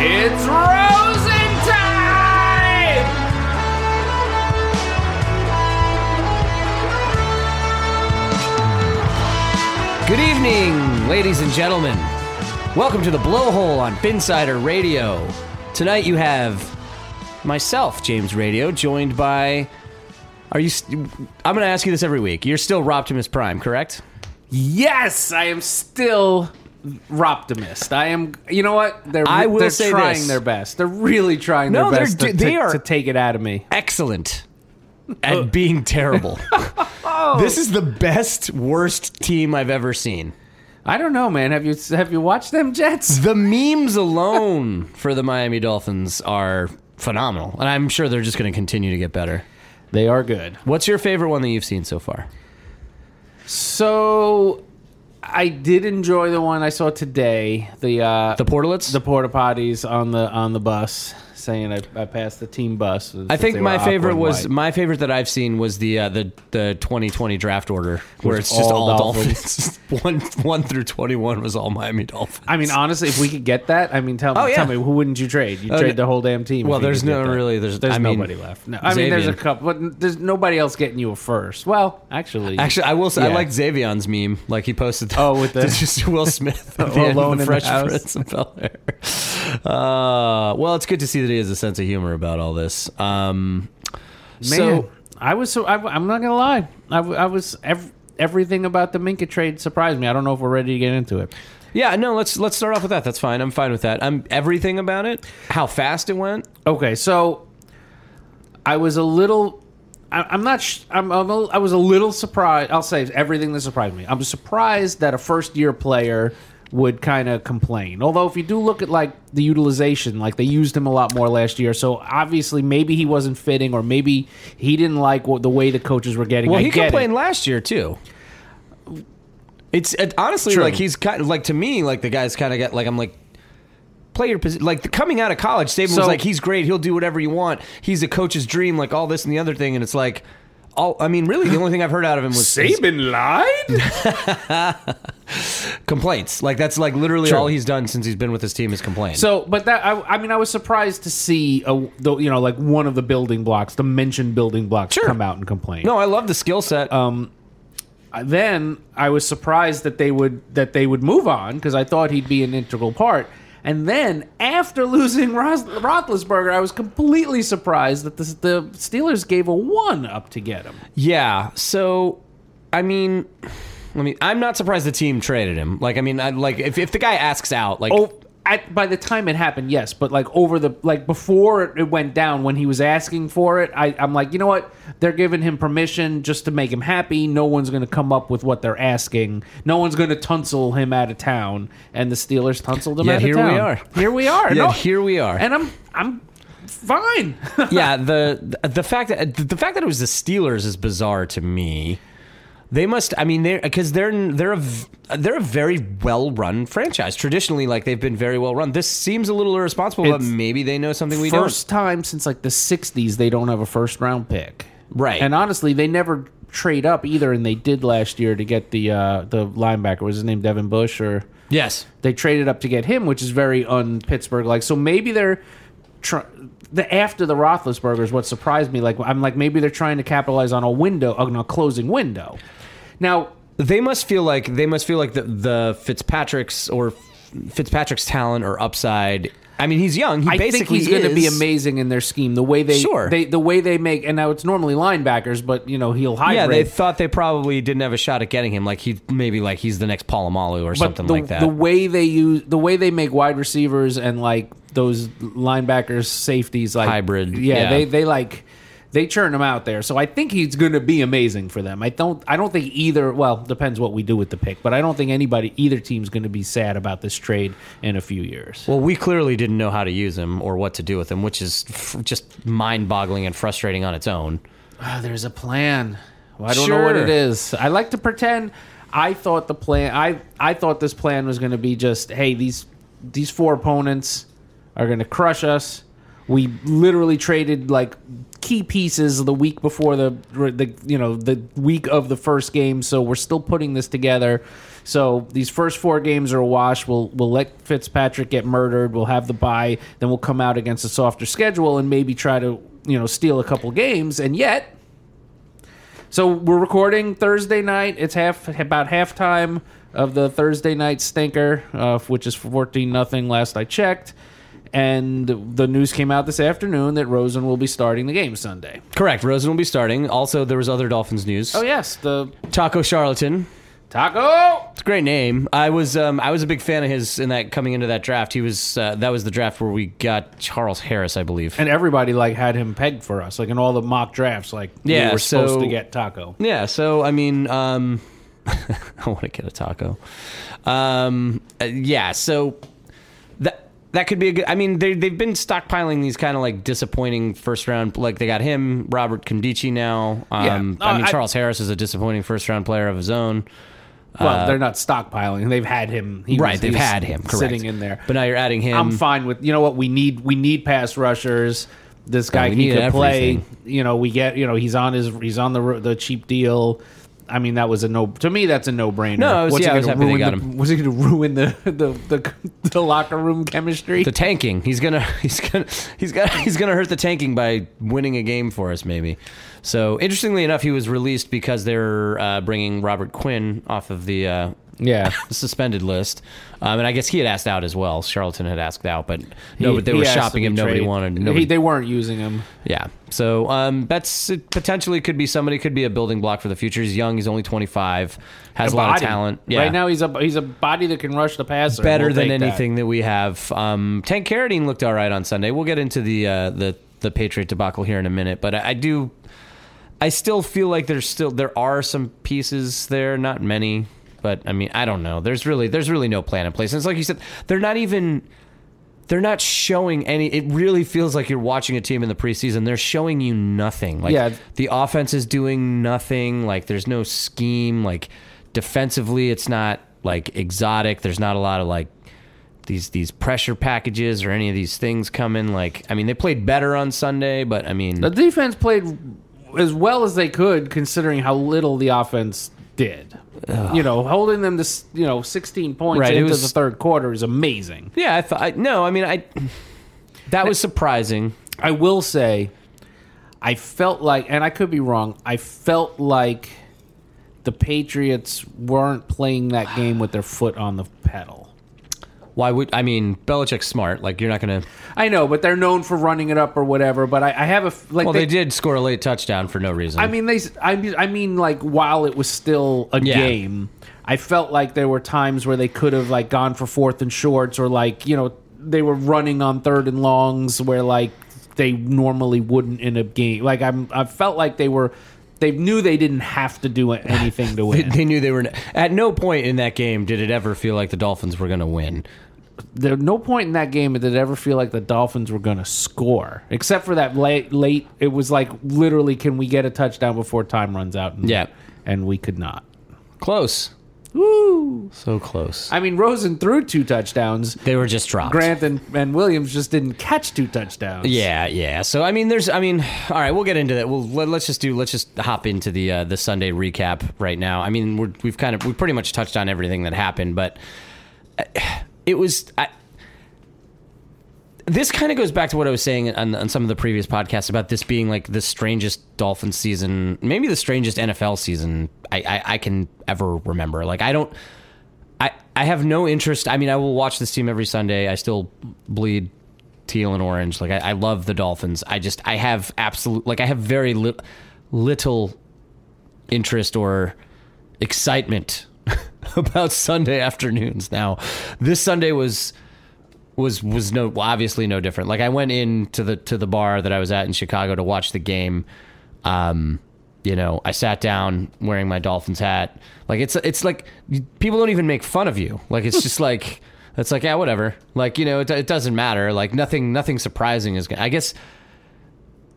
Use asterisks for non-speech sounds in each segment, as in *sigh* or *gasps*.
It's Rosen time! Good evening, ladies and gentlemen. Welcome to the Blowhole on Binsider Radio. Tonight you have myself, James Radio, joined by. Are you? St- I'm going to ask you this every week. You're still Roptimus Prime, correct? Yes, I am still Roptimist. I am. You know what? They're I will they're say trying this. their best. They're really trying No, their they're best do- to, they to- are- to take it out of me. Excellent at being terrible. This is the best, worst team I've ever seen. I don't know, man. Have you have you watched them Jets? The memes alone for the Miami Dolphins are phenomenal, and I'm sure they're just going to continue to get better. They are good. What's your favorite one that you've seen so far? So, I did enjoy the one I saw today. The uh, The Portlets? the porta potties on the on the bus saying I, I passed the team bus. I think They were my aqua favorite and was white. my favorite that I've seen was the uh, the the 2020 draft order where Was it's just all all, Dolphins. Dolphins. *laughs* one one through 21 was all Miami Dolphins. I mean, honestly, if we could get that, I mean, tell me, Oh, yeah. tell me, who wouldn't you trade? You Oh, trade no- the whole damn team. Well, if you there's could get no that. really- there's- there's I mean, nobody left. No, I mean, there's a Xavier. couple, but there's nobody else getting you a first. Well, actually, Actually, I will say I Yeah. like Xavion's meme. Like he posted. Oh, *laughs* with the- just Will Smith *laughs* at the end Alone in of the the Fresh house. Prince of Bel-Air. Uh, well, it's good to see that he has a sense of humor about all this. Um, man, so I was so I, am not gonna lie, I, w- I was ev- everything about the Minka trade surprised me. I don't know if we're ready to get into it. yeah, no, let's let's start off with that. That's fine. I'm fine with that. I'm everything about it. How fast it went. Okay, so I was a little. I, I'm not. Sh- I'm. I'm a, i am I was a little surprised. I'll say everything that surprised me. I'm surprised that a first year player would kind of complain. Although if you do look at like the utilization, like they used him a lot more last year. So obviously maybe he wasn't fitting, or maybe he didn't like what the way the coaches were getting. Well, I he get it. complained last year too. It's it, honestly True. like he's kind like to me like the guy's kind of got like I'm like player position like the, coming out of college. Saban So- was like he's great. He'll do whatever you want. He's a coach's dream. Like all this and the other thing. And it's like all I mean really the only thing I've heard out of him was Saban lied. complaints. Like that's like literally True. all he's done since he's been with his team is *laughs* complain. So, but that I, I mean, I was surprised to see a, the, you know like one of the building blocks, the mentioned building blocks, Sure. come out and complain. no, I love the skill set. Um, then I was surprised that they would that they would move on because I thought he'd be an integral part. And then after *laughs* losing Ros- Roethlisberger, I was completely surprised that the, the Steelers gave a one up to get him. Yeah. So, I mean, I mean, I'm not surprised the team traded him. Like, I mean, I, like if, if the guy asks out, like, Oh, at by the time it happened, yes, but like over the like before it went down, when he was asking for it, I, I'm like, you know what? They're giving him permission just to make him happy. No one's going to come up with what they're asking. No one's going to tonsil him out of town, and the Steelers tonsiled him Yeah, out here of we town. are. Here we are. *laughs* Yeah, No- here we are. And I'm I'm fine. yeah, the the fact that the fact that it was the Steelers is bizarre to me. They must. I mean, they're because they're they're a v- they're a very well run franchise. Traditionally, like they've been very well run. This seems a little irresponsible, but It's maybe they know something we 1st don't. time since like the '60s they don't have a first round pick. Right. And honestly, they never trade up either, and they did last year to get the uh, the linebacker. Was his name Devin Bush or? Yes. They traded up to get him, which is very un Pittsburgh like. So maybe they're. Tr- the after the Roethlisberger is what surprised me. Like I'm like maybe they're trying to capitalize on a window, on a closing window. Now They must feel like they must feel like the, the Fitzpatrick's or Fitzpatrick's talent or upside. I mean, he's young. He I think basically he's going to be is- amazing in their scheme. The way they, Sure. they the way they make, and now it's normally linebackers, but you know he'll hide. Yeah, they thought they probably didn't have a shot at getting him. Like he maybe like he's the next Palomalu or something the, like that. The way they use the way they make wide receivers and like those linebackers, safeties, like Hybrid, Yeah, yeah. they they like they churn him out there. So I think he's going to be amazing for them. I don't I don't think either. Well, depends what we do with the pick, but I don't think anybody either team's going to be sad about this trade in a few years. Well, we clearly didn't know how to use him or what to do with him, which is f- just mind-boggling and frustrating on its own. Ah, there's a plan. Well, I don't know what Sure. it is. I like to pretend I thought the plan I I thought this plan was going to be just hey these these four opponents are going to crush us. We literally traded like key pieces the week before the the you know the week of the first game, so we're still putting this together. So these first four games are a wash. We'll we'll let Fitzpatrick get murdered. We'll have the bye, then we'll come out against a softer schedule and maybe try to you know steal a couple games. And yet, so we're recording Thursday night. It's half about halftime of the Thursday night stinker, uh, which is fourteen nothing. Last I checked, and the news came out this afternoon that Rosen will be starting the game Sunday. Correct. Rosen will be starting. Also, there was other Dolphins news. Oh yes, the Taco Charlatan. taco. It's a great name. I was um, I was a big fan of his in that coming into that draft. He was uh, that was the draft where we got Charles Harris, I believe. And everybody like had him pegged for us, like in all the mock drafts. Like Yeah, we were supposed so- to get taco. yeah. So I mean, um, *laughs* I want to get a taco. Um, uh, yeah. So that that could be a good. I mean, they they've been stockpiling these kind of like disappointing first round. Like they got him, Robert Condici now. Um, Yeah. I mean, Uh, I- Charles Harris is a disappointing first round player of his own. Well, they're not stockpiling. Uh, They've had him. He Right, was- they've he was had him, correct. sitting in there. But now you're adding him. I'm fine with you know what we need. We need pass rushers. This guy we he need could play. everything. You know we get. You know he's on his. He's on the ro- the cheap deal. I mean that was a no. To me that's a no brainer. No, I was- yeah, I was happy they got him. Was he going to *laughs* ruin the the, the the locker room chemistry? *laughs* the tanking. He's gonna he's gonna he's gonna he's gonna hurt the tanking by winning a game for us, maybe. So interestingly enough, he was released because they're uh, bringing Robert Quinn off of the uh, *laughs* yeah. suspended list, um, and I guess he had asked out as well. Charlton had asked out, but no, He- but they he were has to shopping be him. Nobody traded. wanted. He- Nobody, they weren't using him. yeah, so um, that's it potentially could be somebody could be a building block for the future. He's young. He's only twenty five. Has a, lot Body. of talent. Yeah. Right now he's a he's a body that can rush the passer. better We'll than take that. anything that. we have. Um, Tank Carradine looked all right on Sunday. We'll get into the uh, the the Patriot debacle here in a minute, but I, I do. I still feel like there's still there are some pieces there, not many, but I mean I don't know. There's really there's really no plan in place. And it's like you said, they're not even they're not showing any. It really feels like you're watching a team in the preseason. They're showing you nothing. Like Yeah. the offense is doing nothing. Like there's no scheme. Like defensively, it's not like exotic. There's not a lot of like these these pressure packages or any of these things coming. Like I mean, they played better on Sunday, but I mean, The defense played as well as they could, considering how little the offense did. You know, holding them to s- you know 16 points Right, it into was- the third quarter is amazing. yeah. I thought I, no. I mean, I that was surprising. I will say, I felt like, and I could be wrong, I felt like the Patriots weren't playing that game with their foot on the pedal. Why would I mean Belichick's smart? Like you're not gonna. I know, but they're known for running it up or whatever. But I, I have a f- like. Well, they, did score a late touchdown for no reason. I mean, they. s- I mean, I mean, like while it was still a Yeah. game, I felt like there were times where they could have like gone for fourth and shorts, or like you know they were running on third and longs where like they normally wouldn't in a game. Like I'm, I felt like they were. They knew they didn't have to *laughs* do anything to They- win. they knew they were. At no point in that game did it ever feel like the Dolphins were gonna win. there no point in that game did it ever feel like the Dolphins were going to score, except for that late. Late, it was like literally, can we get a touchdown before time runs out? And, Yeah. and we could not. Close. Woo! So close. I mean, Rosen threw two touchdowns. they were just dropped. Grant and, and Williams just didn't catch two touchdowns. Yeah, yeah. So I mean, there's. I mean, *sighs* all right. We'll get into that. We'll let, let's just do. Let's just hop into the uh, the Sunday recap right now. I mean, we're, we've kind of we pretty much touched on everything that happened, but uh, *sighs* it was. I, this kind of goes back to what I was saying on, on some of the previous podcasts about this being like the strangest Dolphin season, maybe the strangest NFL season I, I, I can ever remember. Like I don't. I, I have no interest. I mean, I will watch this team every Sunday. I still bleed teal and orange. Like I, I love the Dolphins. I just I have absolute like I have very li- little interest or excitement *laughs* about Sunday afternoons. Now, this Sunday was was was no obviously no different. Like I went in to the to the bar that I was at in Chicago to watch the game. Um, you know, I sat down wearing my Dolphins hat. Like it's it's like people don't even make fun of you. Like it's just like it's like yeah, whatever. Like you know, it, it doesn't matter. Like nothing nothing surprising is. gonna I guess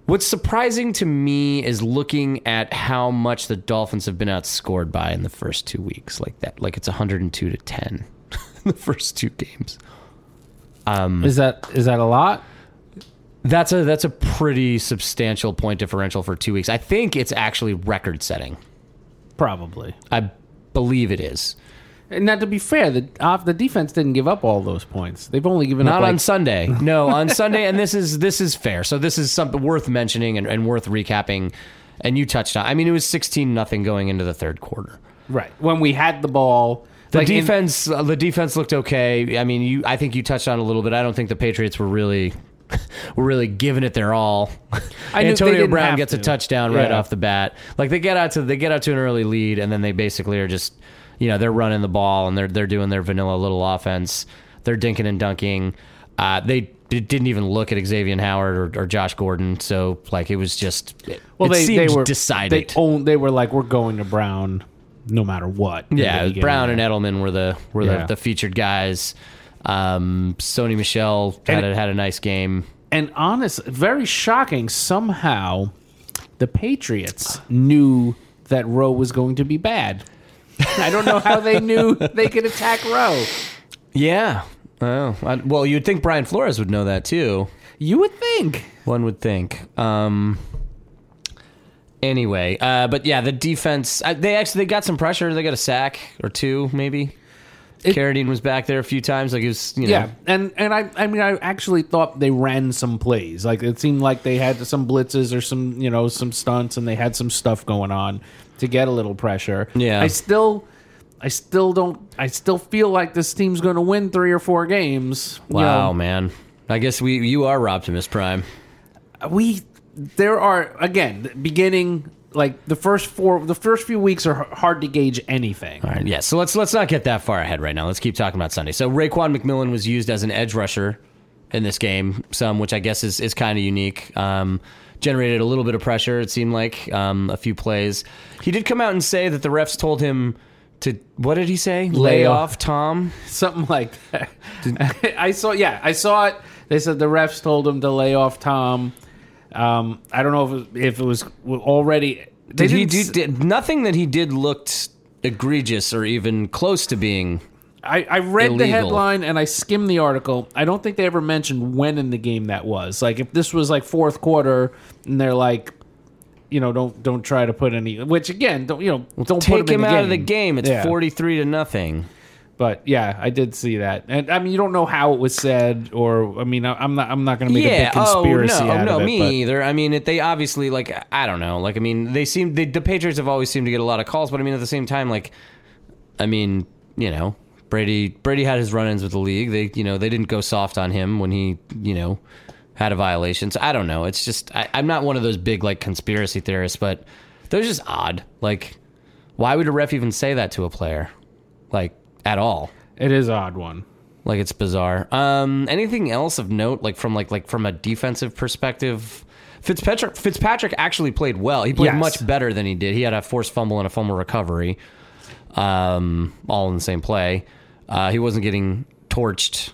what's surprising to me is looking at how much the Dolphins have been outscored by in the first two weeks. Like that, like it's 102 to 10 *laughs* in the first two games. Is that is that a lot? That's a that's a pretty substantial point differential for two weeks. I think it's actually record setting. Probably. I believe it is. And now, to be fair, the off the defense didn't give up all those points. They've only given Not up like, *laughs* on Sunday. No, on Sunday, and this is this is fair. So this is something worth mentioning and, and worth recapping. And you touched on. I mean, it was sixteen nothing going into the third quarter. right when we had the ball. The like, in- defense, uh, the defense looked okay. I mean, you, I think you touched on it a little bit. I don't think the Patriots were really, *laughs* were really giving it their all. *laughs* I knew they Antonio didn't Brown have gets a to. touchdown right Yeah. off the bat. Like they get out to they get out to an early lead, and then they basically are just, you know, they're running the ball and they're they're doing their vanilla little offense. They're dinking and dunking. Uh, they d- didn't even look at Xavier Howard or, or Josh Gordon. So like it was just it, it seemed decided. They, own, they were like, we're going to Brown, no matter what. Yeah, They gave Brown him and Edelman were the were Yeah. the, the featured guys. Um, Sony Michelle had And- a, had a nice game. that. and honest, very shocking. Somehow, the Patriots knew that Rowe was going to be bad. I don't know how they *laughs* knew they could attack Rowe. Yeah. Oh, I, well, you'd think Brian Flores would know that too. You would think. One would think. Um, anyway, uh, but yeah, the defense uh, they actually they got some pressure. They got a sack or two, maybe. Carradine was back there a few times. Like it was, you know, Yeah, and and I I mean I actually thought they ran some plays. Like it seemed like they had some blitzes or some you know some stunts, and they had some stuff going on to get a little pressure. Yeah. I still. I still don't. I still feel like this team's going to win three or four games. you wow, know. man. I guess we you are Optimus Prime. we there are again the beginning like the first four. The first few weeks are h- hard to gauge anything. All right, yeah. So let's let's not get that far ahead right now. Let's keep talking about Sunday. So Raquan McMillan was used as an edge rusher in this game, some which I guess is is kind of unique. Um, generated a little bit of pressure. It seemed like um, a few plays. He did come out and say that the refs told him to what did he say? Lay off. off, Tom. *laughs* something like that. *laughs* I saw, yeah, I saw it. They said the refs told him to lay off Tom. Um, I don't know if it, if it was already. They Did he didn't do s- did, nothing that he did looked egregious or even close to being? I, I read the illegal? headline and I skimmed the article. I don't think they ever mentioned when in the game that was. Like if this was like fourth quarter and they're like, you know, don't don't try to put any. Which again, don't you know, don't put Take him, him, in out of the game. It's Yeah. forty three to nothing. But yeah, I did see that, and I mean, you don't know how it was said, or I mean, I, I'm not I'm not going to make a big conspiracy Oh, no, out no, of it. me but- either. I mean, it, they obviously like I don't know. Like I mean, they seem they, the Patriots have always seemed to get a lot of calls, but I mean at the same time, like I mean, you know, Brady Brady had his run-ins with the league. They you know they didn't go soft on him when he you know had a violation. So I don't know. It's just I, I'm not one of those big like conspiracy theorists, but they're just odd. Like why would a ref even say that to a player? Like at all? It is an odd one. Like it's bizarre. Um, anything else of note? Like from like like from a defensive perspective, Fitzpatrick Fitzpatrick actually played well. He played Yes. much better than he did. He had a forced fumble and a fumble recovery, um, all in the same play. Uh, he wasn't getting torched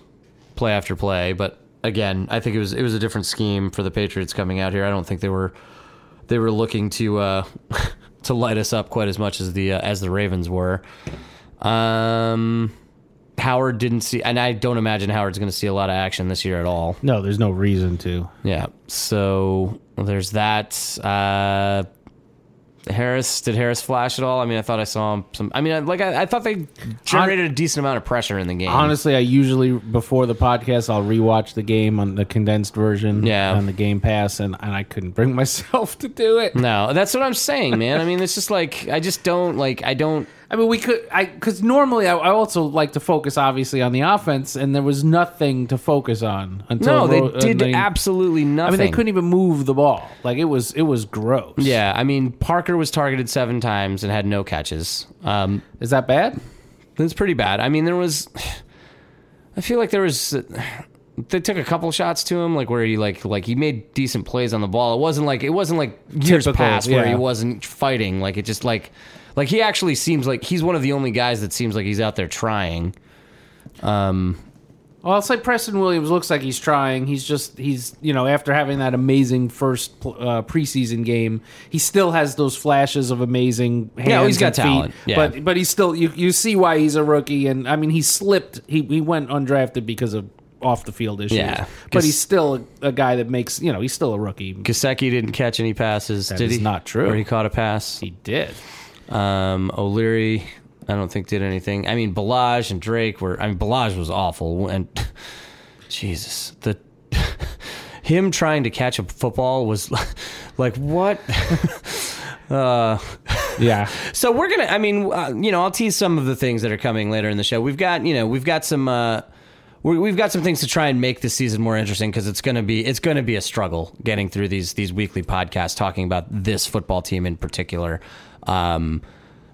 play after play, but again, I think it was it was a different scheme for the Patriots coming out here. I don't think they were they were looking to uh, *laughs* to light us up quite as much as the uh, as the Ravens were. Um, Howard didn't see, and I don't imagine Howard's going to see a lot of action this year at all. No, there's no reason to. Yeah. So there's that. Uh, Harris did Harris flash at all? I mean, I thought I saw him. Some. I mean, I, like I, I thought they generated a decent amount of pressure in the game. Honestly, I usually before the podcast I'll rewatch the game on the condensed version Yeah. on the Game Pass, and, and I couldn't bring *laughs* myself to do it. no, that's what I'm saying, man. I mean, it's just like I just don't like I don't. I mean, we could, I because normally I, I also like to focus obviously on the offense, and there was nothing to focus on No, until they Ro- uh, did absolutely I nothing. mean, they couldn't even move the ball. Like it was, it was gross. Yeah, I mean, Parker was targeted seven times and had no catches. Um, is that bad? That's pretty bad. I mean, there was. I feel like there was. They took a couple shots to him, like where he like like he made decent plays on the ball. It wasn't like it wasn't like years Typical, past where he yeah. wasn't fighting. Like it just like like he actually seems like he's one of the only guys that seems like he's out there trying. Well, I'll say Preston Williams looks like he's trying. He's just he's you know after having that amazing first pl- uh, preseason game, he still has those flashes of amazing. Hands Yeah, oh, he's got and feet, talent. Yeah. but but he's still you you see why he's a rookie. And I mean, he slipped. He he went undrafted because of off the field issues. Yeah. but he's still a, a guy that makes you know he's still a rookie. Gasecki didn't catch any passes. did is he? not true. Or he caught a pass. He did. Um, O'Leary, I don't think did anything. I mean, Balaj and Drake were. I mean, Balaj was awful, and *laughs* Jesus, the *laughs* him trying to catch a football was *laughs* like what? uh, Yeah, so we're gonna. I mean, uh, you know, I'll tease some of the things that are coming later in the show. We've got, you know, we've got some. Uh, we- We've got some things to try and make this season more interesting because it's gonna be it's gonna be a struggle getting through these these weekly podcasts talking about this football team in particular. Um,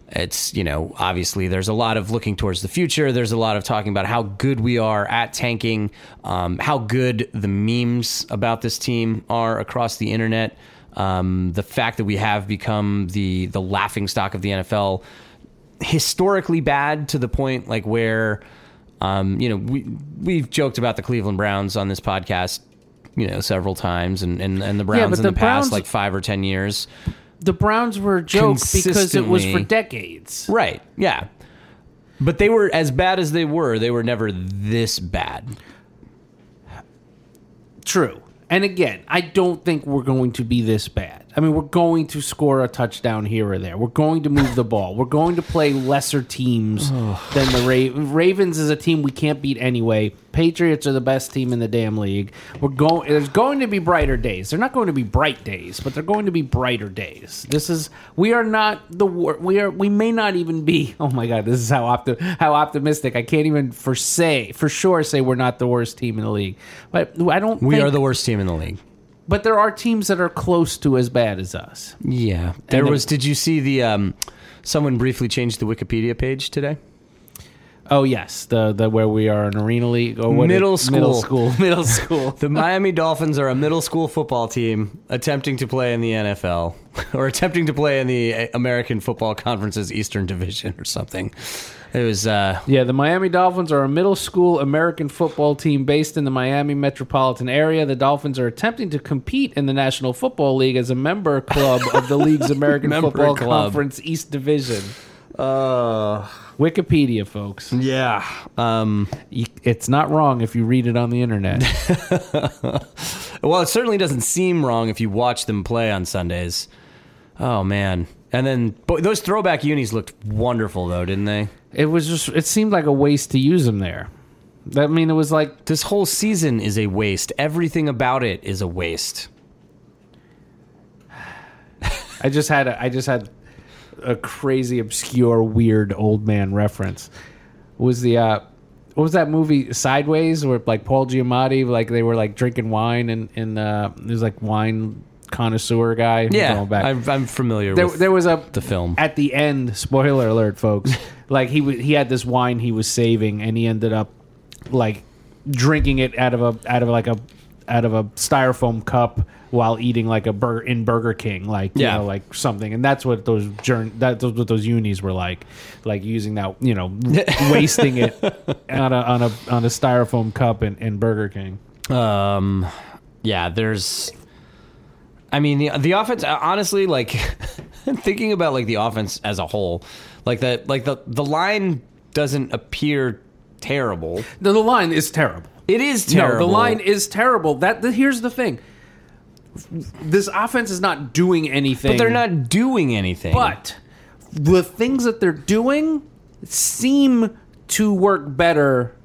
it's you know obviously there's a lot of looking towards the future there's a lot of talking about how good we are at tanking um, how good the memes about this team are across the internet um, the fact that we have become the the laughing stock of the nfl historically bad to the point like where um, you know we we've joked about the cleveland browns on this podcast you know several times and and, and the browns but in the, the Browns- past like five or ten years the Browns were a joke because it was for Consistently. decades. Right. Yeah. But they were as bad as they were. They were never this bad. True. And again, I don't think we're going to be this bad. I mean, we're going to score a touchdown here or there. We're going to move the ball. We're going to play lesser teams than the Ra- Ravens is a team we can't beat anyway. Patriots are the best team in the damn league. We're going there's going to be brighter days. They're not going to be bright days, but they're going to be brighter days. This is we are not the wor- we are we may not even be. *laughs* Oh my god, this is how opti- how optimistic. I can't even for say for sure say we're not the worst team in the league. But I don't We think- are the worst team in the league. but there are teams that are close to as bad as us. Yeah. There the- was did you see the um someone briefly changed the Wikipedia page today? Oh yes, the the where we are in arena league or what Middle it- middle school. *laughs* school, *laughs* middle school. The Miami Dolphins are a middle school football team attempting to play in the NFL *laughs* or attempting to play in the uh, American Football Conference's Eastern Division or something. It was uh yeah, the Miami Dolphins are a middle school American football team based in the Miami metropolitan area. The Dolphins are attempting to compete in the National Football League as a member club of the *laughs* league's American Member Football club. Uh. Conference East Division. Wikipedia, folks. yeah. Um Y- It's not wrong if you read it on the internet. *laughs* Well, it certainly doesn't seem wrong if you watch them play on Sundays. Oh man! And then but those throwback unis looked wonderful, though, didn't they? it was just. It seemed like a waste to use them there. I mean, it was like This whole season is a waste. Everything about it is a waste. I just had a, I just had a crazy obscure weird old man reference. was the uh, what was that movie Sideways where like Paul Giamatti like they were like drinking wine and and uh, there's like wine connoisseur guy Yeah, Going back. I'm, I'm familiar there, with there was a the film. at the end spoiler alert folks *laughs* like he w- he had this wine he was saving and he ended up like drinking it out of a out of like a out of a styrofoam cup while eating like a burger in Burger King like Yeah. you know like something and that's what those jour- that those what those unis were like like using that you *laughs* know wasting it on a on a on a styrofoam cup in, in Burger King Um, yeah, there's. I mean, the the offense. uh, Honestly, like *laughs* thinking about like the offense as a whole, like that, like the the line doesn't appear terrible. the, the line is terrible It is No, terrible. the line is terrible. That the, here's the thing. This offense is not doing anything. But they're not doing anything. But the things that they're doing seem to work better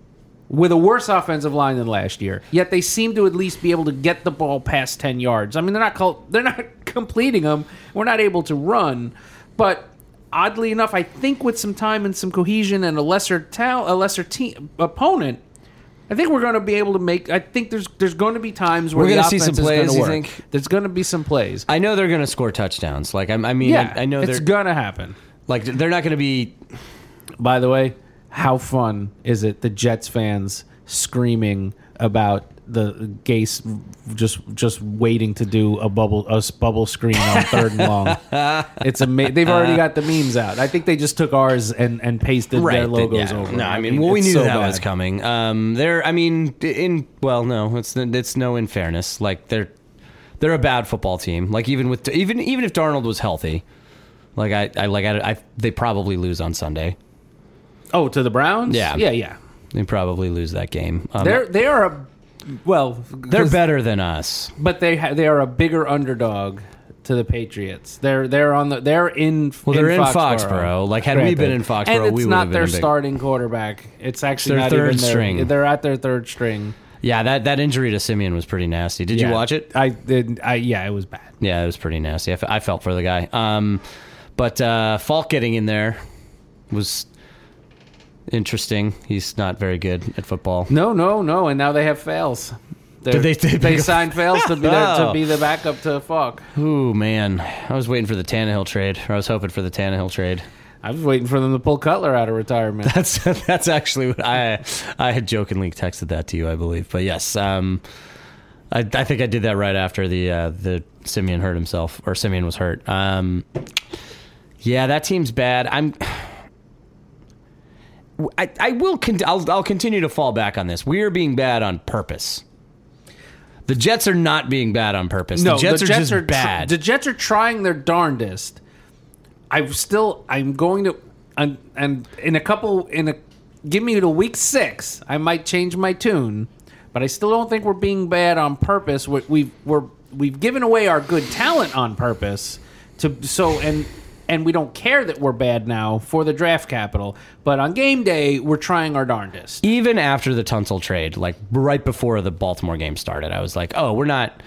with a worse offensive line than last year. Yet they seem to at least be able to get the ball past ten yards. I mean, they're not col- *laughs* they're not completing them. We're not able to run, but. Oddly enough, I think with some time and some cohesion and a lesser tal- a lesser team opponent, I think we're going to be able to make. I think there's there's going to be times where We're going gonna to see some plays, you Work. think? There's going to be some plays. I know they're going to score touchdowns. Like I, I mean, yeah, I, I know it's they're going to happen. like they're not going to be. By the way, how fun is it the Jets fans screaming about the Gase just just waiting to do a bubble a bubble screen on third and *laughs* long? It's amazing. They've already got the memes out. I think they just took ours and and pasted Uh-huh. Right, their logos yeah. over. No, it. I mean, well, we it's knew so that bad. was coming. Um, they're, I mean, in well, no, it's it's no in fairness. Like they're they're a bad football team. Like even with even even if Darnold was healthy, like I, I like I, I they probably lose on Sunday. Oh, to the Browns? Yeah. yeah, yeah. They probably lose that game. Um, They're they are a well, they're better than us. but they ha- they are a bigger underdog. To the Patriots, they're they're on the they're in Well, they're in Foxborough. Like, had we been in Foxborough, and it's we would not have been their a big- starting quarterback. It's actually their not third even their- string. They're at their third string. Yeah, that that injury to Simeon was pretty nasty. Did Yeah. you watch it? I did. I yeah, it was bad. Yeah, it was pretty nasty. I, f- I felt for the guy. Um, but uh, Falk getting in there was interesting. He's not very good at football. No, no, no. And now they have fails. They're- they- they pick up- signed fails to be their, Oh. to *laughs* be the backup to Falk. Ooh man, I was waiting for the Tannehill trade, or I was hoping for the Tannehill trade. I was waiting for them to pull Cutler out of retirement. That's *laughs* that's actually what I I had jokingly texted that to you, I believe. But yes, um, I I think I did that right after the uh, the Simeon hurt himself or Simeon was hurt. Um, yeah, that team's bad. I'm. I, I will con- I'll, I'll continue to fall back on this. We are being bad on purpose. The Jets are not being bad on purpose. the Jets are just tr- bad. the Jets are trying their darndest. I'm still. I'm going to. And and in a couple in a give me to week six, I might change my tune. But I still don't think we're being bad on purpose. We, we've we're we've given away our good talent on purpose to so and and we don't care that we're bad now for the draft capital. But on game day, we're trying our darndest. even after the Tunsil trade, like right before the Baltimore game started, I was like, oh, we're not.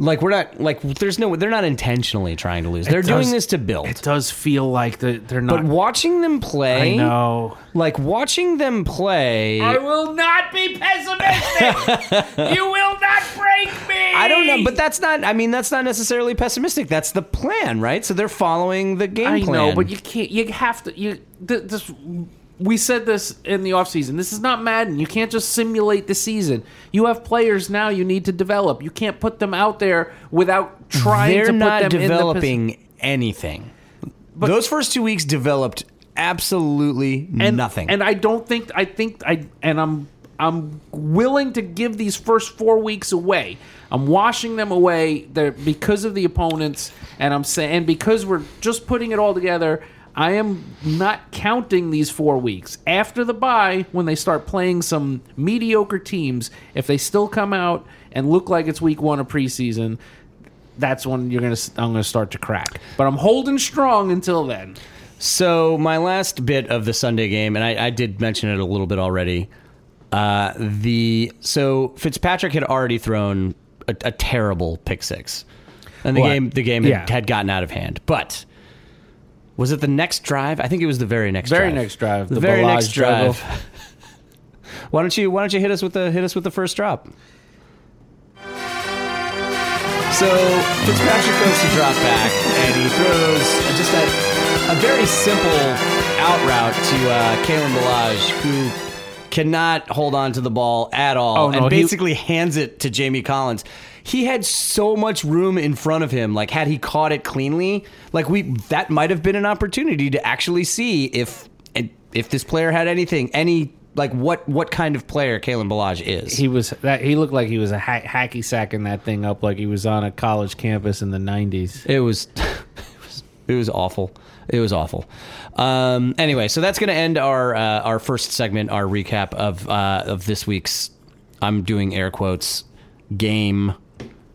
Like we're not like there's no they're not intentionally trying to lose. They're doing does- this to build. It does feel like the, they're not. But watching them I play, know. like watching them play, I I, will not be pessimistic. *laughs* you will not break me. don't know. But that's not. I mean, that's not necessarily pessimistic. That's the plan, right? So they're following the game I plan. know, but you can't. You have to. You th- this. We said this in the offseason. This is not Madden. You can't just simulate the season. You have players now. You need to develop. You can't put them out there without trying they're to put not them in the developing anything. Those first two weeks developed absolutely and, nothing. And I don't think I think I and I'm I'm willing to give these first four weeks away. I'm washing them away there because of the opponents, and I'm saying and because we're just putting it all together. I am not counting these four weeks after the bye when they start playing some mediocre teams. If they still come out and look like it's week one of preseason, that's when you're gonna I'm gonna start to crack. But I'm holding strong until then. So my last bit of the Sunday game, and I, I did mention it a little bit already. Uh, the so Fitzpatrick had already thrown a, a terrible pick six, and the Well, game the game had, yeah. had gotten out of hand. But Was it the next drive? I think it was the very next Very drive. next drive, The, the very Balazs next drive. juggle. *laughs* why don't you why don't you hit us with the hit us with the first drop? So Fitzpatrick goes to drop back and he throws just a, a very simple out route to uh Kalen Balaj, who cannot hold on to the ball at all Oh, no, and he- basically hands it to Jamie Collins. He had so much room in front of him. Like had he caught it cleanly, like we that might have been an opportunity to actually see if and if this player had anything, any like what what kind of player Kalen Balaj is. He was that he looked like he was a ha- hacky sacking that thing up like he was on a college campus in the nineties. It was, *laughs* it was, it was awful. It was awful. Um, anyway, so that's going to end our uh, our first segment, our recap of uh, of this week's. I'm doing air quotes game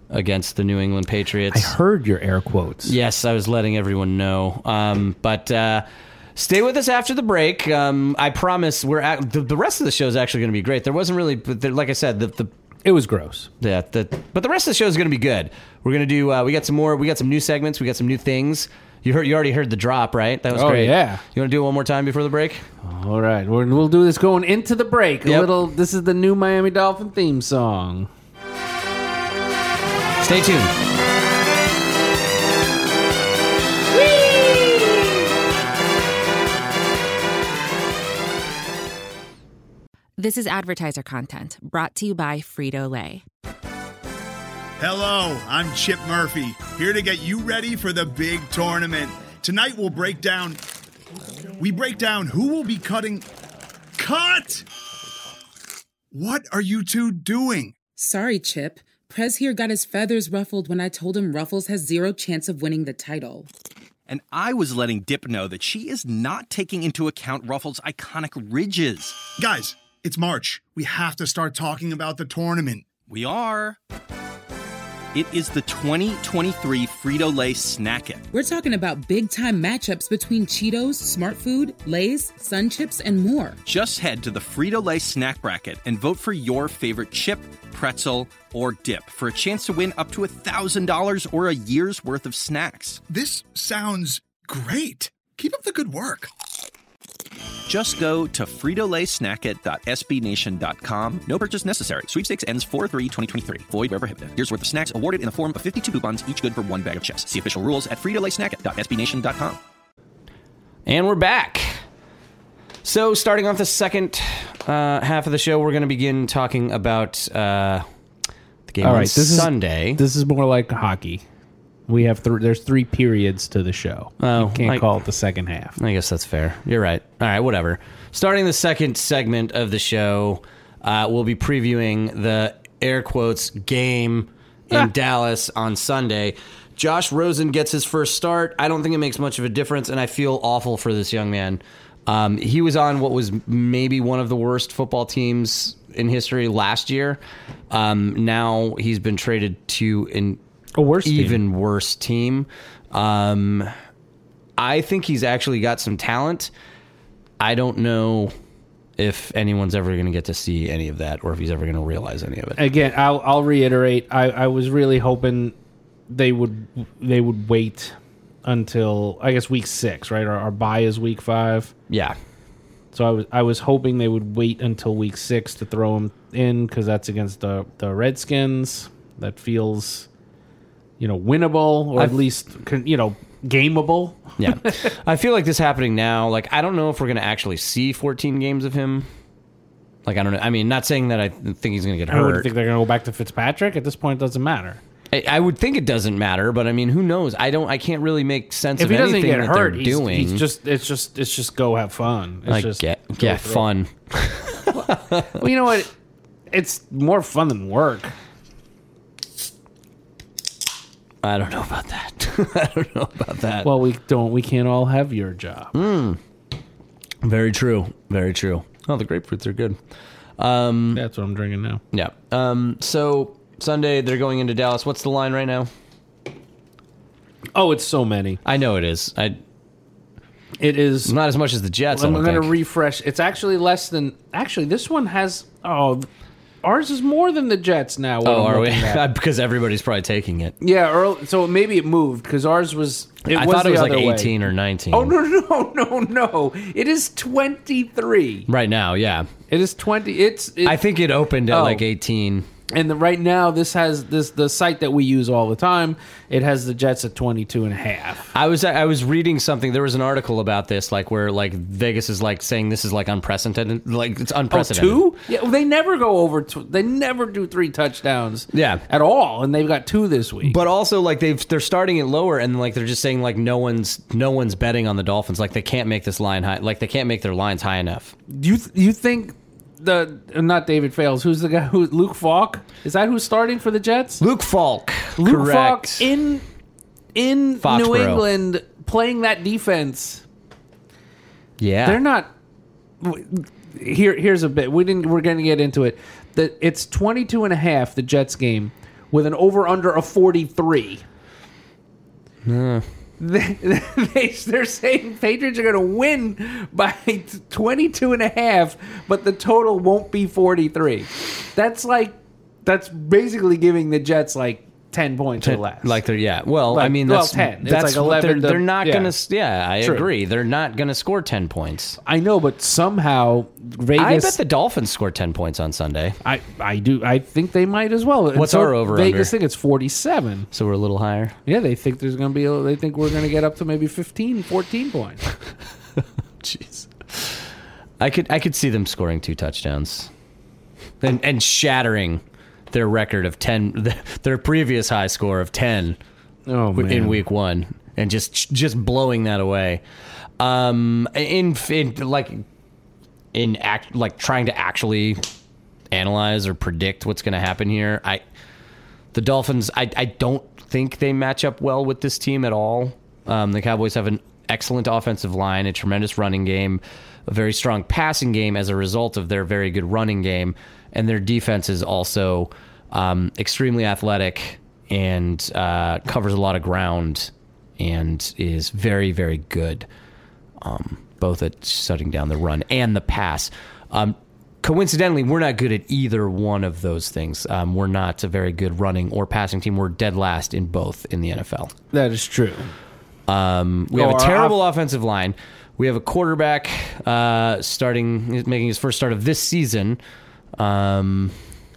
against the New England Patriots. Heard your air quotes. Yes, I was letting everyone know. Um, but uh, stay with us after the break. Um, I promise we're at, the, the rest of the show is actually going to be great. There wasn't really, but there, like I said, the, the It was gross. yeah, the, but the rest of the show is going to be good. We're going to do. Uh, we got some more. We got some new segments. We got some new things. You heard. You already heard the drop, right? That was Oh, great. yeah. You want to do it one more time before the break? All right, we're, we'll do this going into the break. A Yep. little. This is the new Miami Dolphin theme song. Stay tuned. This is advertiser content brought to you by Frito Lay. Hello, I'm Chip Murphy, here to get you ready for the big tournament. Tonight we'll break down we break down who will be cutting cut. What are you two doing? Sorry, Chip. Prez here got his feathers ruffled when I told him Ruffles has zero chance of winning the title. And I was letting Dip know that she is not taking into account Ruffles' iconic ridges. Guys, it's March. We have to start talking about the tournament. We are. It is the 2023 Frito Lay Snack It. We're talking about big time matchups between Cheetos, Smart Food, Lay's, Sun Chips, and more. Just head to the Frito Lay Snack Bracket and vote for your favorite chip, pretzel, or dip for a chance to win up to $1,000 or a year's worth of snacks. This sounds great. Keep up the good work. Just go to fritolaysnackit.sbnation.com. No purchase necessary. Sweepstakes ends 4-3-2023. Void where prohibited. Here's worth of snacks awarded in the form of 52 coupons, each good for one bag of chips. See official rules at fritolaysnackit.sbnation.com. And we're back. So, starting off the second uh, half of the show, we're going to begin talking about uh, the game on Sunday. Is, this is more like hockey. We have three. There's three periods to the show. Oh, you can't I- call it the second half. I guess that's fair. You're right. All right, whatever. Starting the second segment of the show, uh, we'll be previewing the air quotes game in Dallas on Sunday. Josh Rosen gets his first start. I don't think it makes much of a difference, and I feel awful for this young man. Um, he was on what was maybe one of the worst football teams in history last year. Um, now he's been traded to an A worse team. even worse team. Um, I think he's actually got some talent. I don't know if anyone's ever going to get to see any of that or if he's ever going to realize any of it. Again, I'll, I'll reiterate. I, I was really hoping they would they would wait until I guess week six, right? Our, our buy is week five, Yeah. so I was I was hoping they would wait until week six to throw him in because that's against the the Redskins. That feels, you know, winnable or at least con- you know gameable. *laughs* Yeah. I feel like this happening now, like, I don't know if we're going to actually see 14 games of him. Like, I don't know. I mean, not saying that I think he's going to get I hurt. wouldn't think they're going to go back to Fitzpatrick. At this point, it doesn't matter. I, I would think it doesn't matter, but I mean, who knows? I don't, I can't really make sense If of he doesn't anything get that hurt, they're he's, doing. he's just it's just it's just go have fun. It's like, just get, go yeah, throw- fun. Well, you know what? It's more fun than work. I don't know about that. *laughs* I don't know about that. Well, we don't. We can't all have your job. Very true. Very true. Oh, the grapefruits are good. That's what I'm drinking now. Yeah. Um. So Sunday they're going into Dallas. What's the line right now? Oh, it's so many. I know it is. I It is. not as much as the Jets. I I'm don't going to think. refresh. It's actually less than. Actually, this one has. Oh, ours is more than the Jets now. what Oh, I'm are we? looking *laughs* at. because everybody's probably taking it. yeah, Earl so maybe it moved because ours was. It I was thought the it was like other way. 18 or 19. Oh no no *laughs* no no! It is twenty three. Right now, yeah. It is twenty. It's it, I think it opened at Oh. like 18. and the, right now this has this the site that we use all the time. It has the Jets at 22 and a half. I was I was reading something. There was an article about this, like where like Vegas is like saying this is like unprecedented, like it's unprecedented. Oh, Two? Yeah, well, they never go over. Tw- they never do three touchdowns. Yeah. at all, and they've got two this week. But also like they've they're starting it lower and like they're just saying like no one's no one's betting on the Dolphins. Like they can't make this line high. Like they can't make their lines high enough. Do you th- you think the uh, not David Fails? Who's the guy? Who Luke Falk? Is that who's starting for the Jets? Luke Falk, Luke correct? Falk in in New Foxborough. England playing that defense. yeah, They're not. w- Here, here's a bit. We didn't. We're going to get into it. That it's 22 and a half the Jets game with an over under of 43. They, *laughs* they, they're saying Patriots are going to win by 22 and a half, but the total won't be 43. That's like that's basically giving the Jets like 10 points or less. Like they're yeah. Well, I Like, mean well, that's 10. It's that's like what 11 to- They're, they're not yeah. gonna. s- Yeah, I True. agree. They're not gonna score ten points. I know, but somehow Vegas I bet the Dolphins score ten points on Sunday, I, I do I think they might as well. And What's our over Vegas under? think it's 47. so we're a little higher. Yeah, they think there's going to be a, they think we're going to get up to maybe 15, 14 points. *laughs* Jeez, I could I could see them scoring two touchdowns, and and shattering their record of ten, *laughs* their previous high score of ten *laughs* Oh in week one, and just just blowing that away. Um, in, in like in act like trying to actually analyze or predict what's going to happen here. I the Dolphins. I I don't think they match up well with this team at all. Um, the Cowboys have an excellent offensive line, a tremendous running game, a very strong passing game as a result of their very good running game, and their defense is also um, extremely athletic and uh, covers a lot of ground and is very very good both at shutting down the run and the pass. Um, coincidentally, we're not good at either one of those things. Um, we're not a very good running or passing team. We're dead last in both in the NFL. That is true. We have Or a terrible offensive line. We have a quarterback uh, starting, making his first start of this season. Um,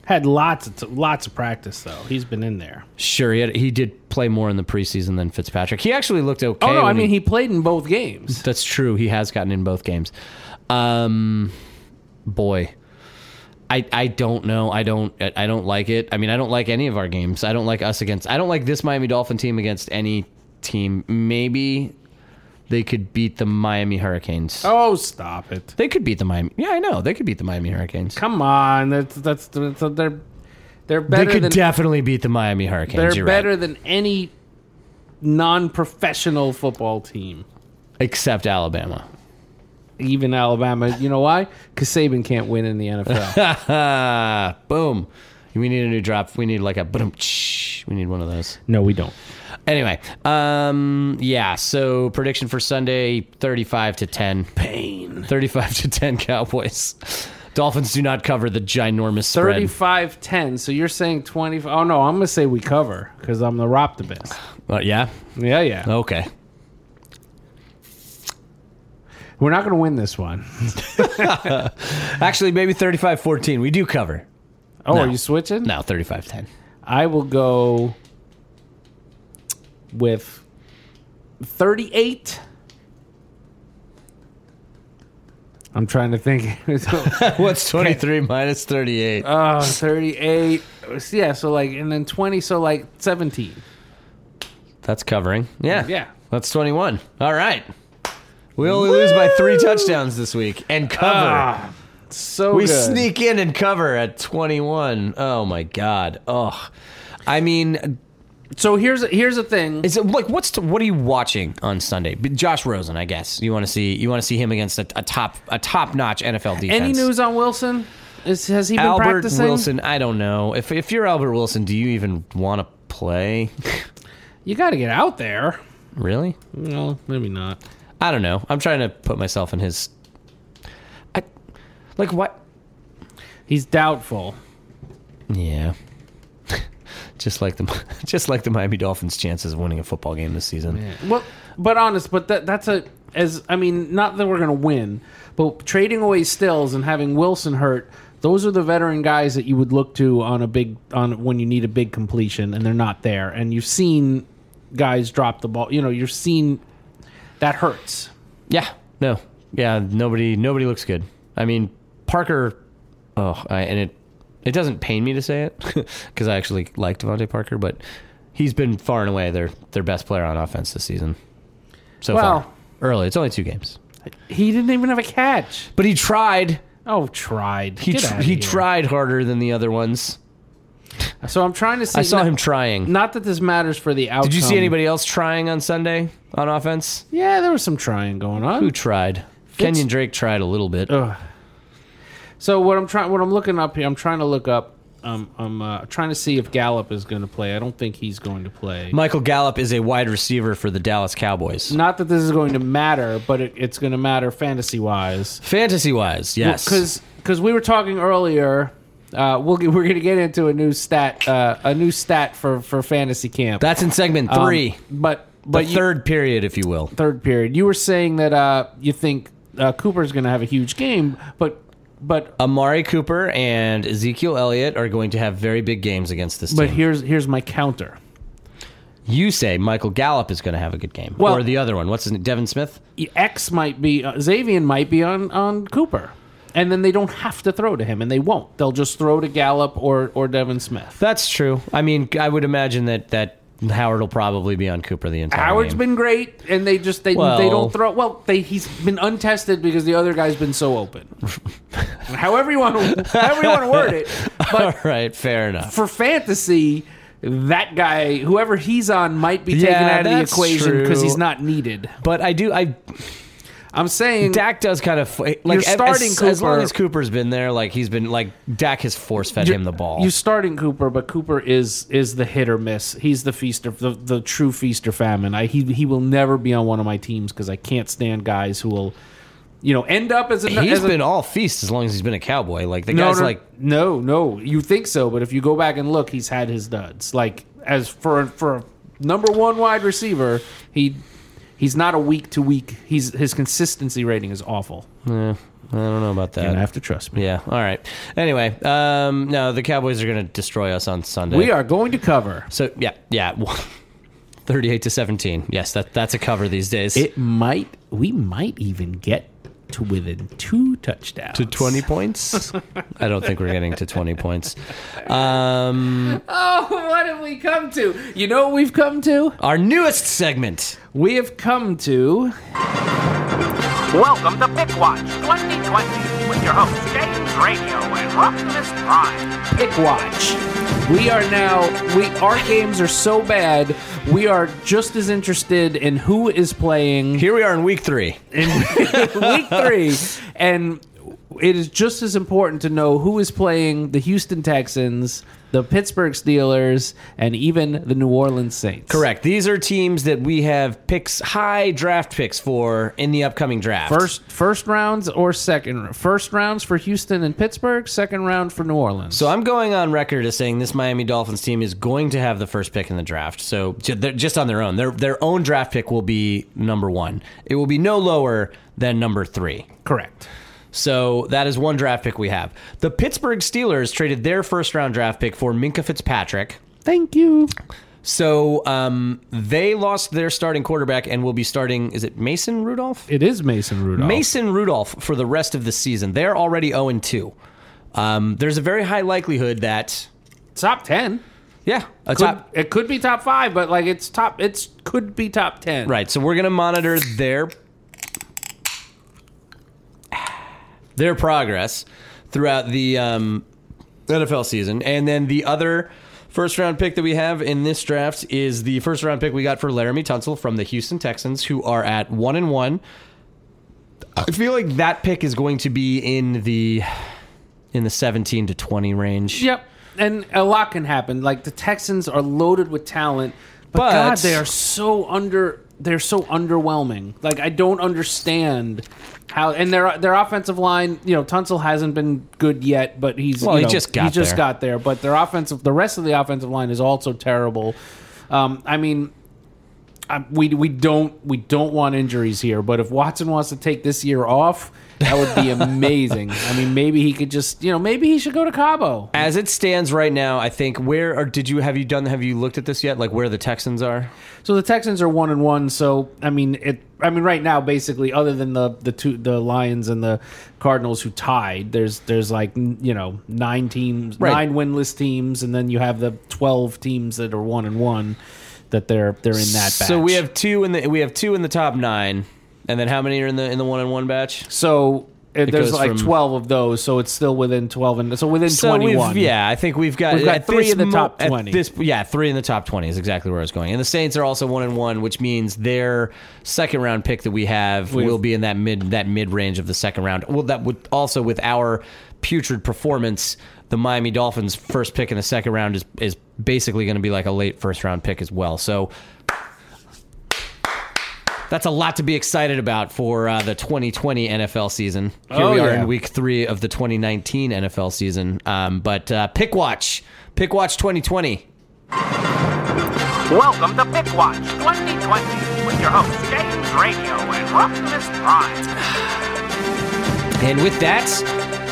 Had lots of t- lots of practice though. He's been in there. sure, he, had, he did play more in the preseason than Fitzpatrick. He actually looked okay. Oh no, I when mean he played in both games. That's true. He has gotten in both games. Um, boy, I I don't know. I don't I don't like it. I mean, I don't like any of our games. I don't like us against. I don't like this Miami Dolphin team against any team. Maybe they could beat the Miami *laughs* Hurricanes. Oh, stop it. They could beat the Miami. Yeah, I know. They could beat the Miami Hurricanes. Come on. That's that's, that's they're they're better they could than definitely beat the Miami Hurricanes. they're You're right. better than any non-professional football team. except Alabama. *laughs* Even Alabama, you know why? Because Saban can't win in the NFL. Boom. We need a new drop. We need like a boom. We need one of those. *laughs* No, we don't. Anyway, um, yeah. So prediction for Sunday: thirty-five to ten. Pain. Thirty-five to ten *laughs* Cowboys. Dolphins do not cover the ginormous spread. 35 10. So you're saying 20. Oh, no, I'm going to say we cover because I'm the optimist. Uh, yeah. Yeah, yeah. Okay. We're not going to win this one. Actually, maybe 35-14. We do cover. Oh, No. are you switching? No, 35-10. I will go with 38. I'm trying to think. *laughs* *laughs* *laughs* What's twenty-three minus thirty-eight? oh, 38. Yeah, so like, and then 20, so like 17. That's covering. Yeah. Yeah. That's twenty-one. All right. We only lose by three touchdowns this week and cover. Ah, so we good. sneak in and cover at 21 oh my god oh i mean So here's here's the thing. is it like what's to, what are you watching on sunday B- josh rosen i guess you want to see you want to see him against a, a top a top-notch nfl defense Any news on Wilson? Is, has he been albert practicing? wilson i don't know if, if you're albert wilson do you even want to *laughs* play You got to get out there. really No, maybe not. i don't know i'm trying to put myself in his I, like what He's doubtful. Yeah. *laughs* just like the *laughs* just like the Miami Dolphins' chances of winning a football game this season. Well, but honest, but that that's a as I mean, not that we're gonna win, but trading away Stills and having Wilson hurt. Those are the veteran guys that you would look to on a big on when you need a big completion, and they're not there. And you've seen guys drop the ball. You know, you've seen that hurts. Yeah. No. Yeah. Nobody. Nobody looks good. I mean, Parker. Oh, I, and it. It doesn't pain me to say it *laughs* because I actually like Devontae Parker, but he's been far and away their their best player on offense this season. So far, Well- early. It's only two games, He didn't even have a catch. but he tried. Oh, tried. He Get tr- outta he here. tried harder than the other ones. So I'm trying to see. I saw not, him trying. Not that this matters for the outcome. Did you see anybody else trying on Sunday on offense? Um, Yeah, there was some trying going on. Who tried? Fitz- Kenyon Drake tried a little bit. So what I'm trying, what I'm looking up here, I'm trying to look up. Um, I'm uh, trying to see if Gallup is going to play. I don't think he's going to play. Michael Gallup is a wide receiver for the Dallas Cowboys. Not that this is going to matter, but it, it's going to matter fantasy wise. Fantasy wise, yes. because we were talking earlier. Uh, we'll get, we're going to get into a new stat, uh, a new stat for for fantasy camp. That's in segment Um, three, but the but you- third period, if you will. third period. You were saying that uh, you think uh, Cooper's going to have a huge game, but but Amari Cooper and Ezekiel Elliott are going to have very big games against this but team. here's here's my counter. you say Michael Gallup is going to have a good game, Well- or the other one? What's his name? Devin Smith? X might be uh, Xavier might be on on Cooper, and then they don't have to throw to him, and they won't. They'll just throw to Gallup or or Devin Smith. That's true. I mean, I would imagine that that Howard will probably be on Cooper the entire Howard's game. been great, and they just they Well- they don't throw. Well, they he's been untested because the other guy's been so *laughs* open. however you want to however you want to word it, *laughs* All but right, fair enough. for fantasy. That guy, whoever he's on, might be taken Yeah, out of the that's equation because true. he's not needed. But I do. I I'm saying Dak does kind of like as- starting as, as long Cooper- as Cooper's been there, like he's been like Dak has force fed him the ball. You're starting Cooper, but Cooper is is the hit or miss. He's the feast or the, the true feast or famine. I he he will never be on one of my teams because I can't stand guys who will, you know, end up as a He's as a- been all feast as long as he's been a cowboy. Like the no, guy's no, like no no you think so, but if you go back and look, he's had his duds. Like as for for a number one wide receiver, he he's not a week to week. He's his consistency rating is awful. I don't know about You that. have to trust me. yeah. All right. Anyway, um, no, the Cowboys are going to destroy us on Sunday. We are going to cover. So yeah, yeah. *laughs* Thirty-eight to seventeen. Yes, that that's a cover these days. It might. We might even get to within two touchdowns. to 20 points? *laughs* I don't think we're getting to 20 points. Um, Oh, *laughs* what have we come to? You know what we've come to? our newest segment. We have come to. Welcome to Pick Watch 2020 with your hosts James Radio and Roughness Prime. Pick Watch. We are now we our games are so bad, we are just as interested in who is playing Here we are in week three. *laughs* week 3 and it is just as important to know who is playing the Houston Texans, the Pittsburgh Steelers, and even the New Orleans Saints. Correct. These are teams that we have picks, high draft picks for in the upcoming draft. First first rounds or second first rounds for Houston and Pittsburgh, second round for New Orleans. So I'm going on record as saying this Miami Dolphins team is going to have the first pick in the draft. So ju- they're just on their own, their their own draft pick will be number one. It will be no lower than number three. correct. So that is one draft pick we have. The Pittsburgh Steelers traded their first round draft pick for Minka Fitzpatrick. Thank you. So um, they lost their starting quarterback and will be starting. Is it Mason Rudolph? It is Mason Rudolph. Mason Rudolph for the rest of the season. They're already 0 2. Um, there's a very high likelihood that, top ten. yeah, a Could- top. it could be top five, but like it's top. It's could be top ten. Right. So we're going to monitor their their progress throughout the um, NFL season. And then the other first round pick that we have in this draft is the first round pick we got for Laramie Tunsil from the Houston Texans, who are at 1 and 1. I feel like that pick is going to be in the in the 17 to 20 range. Yep. And a lot can happen. Like the Texans are loaded with talent, but, But- God, they are so under they're so underwhelming. Like I don't understand how and their their offensive line, you know, Tunsil hasn't been good yet, but he's Well, you he know, just got he just there. got there. But their offensive, the rest of the offensive line is also terrible. Um, I mean, I, we we don't we don't want injuries here. But if Watson wants to take this year off, that would *laughs* be amazing. I mean, maybe he could just you know maybe he should go to Cabo. As it stands right now, I think where or did you have you done have you looked at this yet? Like where the Texans are? So the Texans are one and one. So I mean, it. I mean, right now, basically, other than the the two the Lions and the Cardinals who tied, there's there's like n- you know nine teams, Right. nine winless teams, and then you have the twelve teams that are one and one that they're they're in that. Batch. So we have two in the we have two in the top nine, and then how many are in the in the one on one batch? so. uh, goes There's like from- twelve of those, so it's still within twelve, and so within So we've twenty-one. yeah, I think we've got We've got at three this in the mo- top at 20. This yeah, three in the top twenty is exactly where I was going. And the Saints are also one and one, which means their second round pick that we have will be in that mid that mid range of the second round. Well, that would also with our putrid performance, the Miami Dolphins' first pick in the second round is is basically going to be like a late first round pick as well. So. That's a lot to be excited about for uh, the 2020 NFL season. Here Oh, we are yeah. in week three of the 2019 NFL season. Um, but uh, Pick Watch, Pick Watch 2020. Welcome to Pick Watch 2020 with your hosts, James Radio and Roughness Prime. And with that,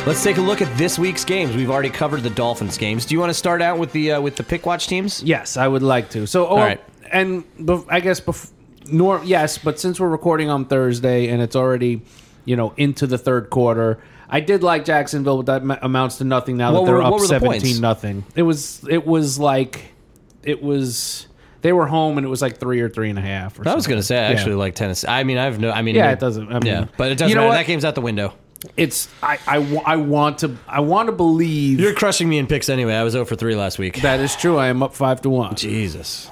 let's take a look at this week's games. We've already covered the Dolphins games. Do you want to start out with the uh, with the Pick Watch teams? Yes, I would like to. So, oh, right. and bef- I guess bef- nor yes, but since we're recording on Thursday and it's already, you know, into the third quarter, I did like Jacksonville, but that ma- amounts to nothing now What that they're were- up what were the points? seventeen nothing. It was it was like it was they were home and it was like three or three and a half. Or I was going to say I Yeah. actually like Tennessee. I mean, I've no. I mean, Yeah, it doesn't- I mean- yeah, but it doesn't. You know matter. what? That game's out the window. it's I I wa- I want to I want to believe You're crushing me in picks anyway. I was 0 for three last week. that is true. I am up five to one. Jesus,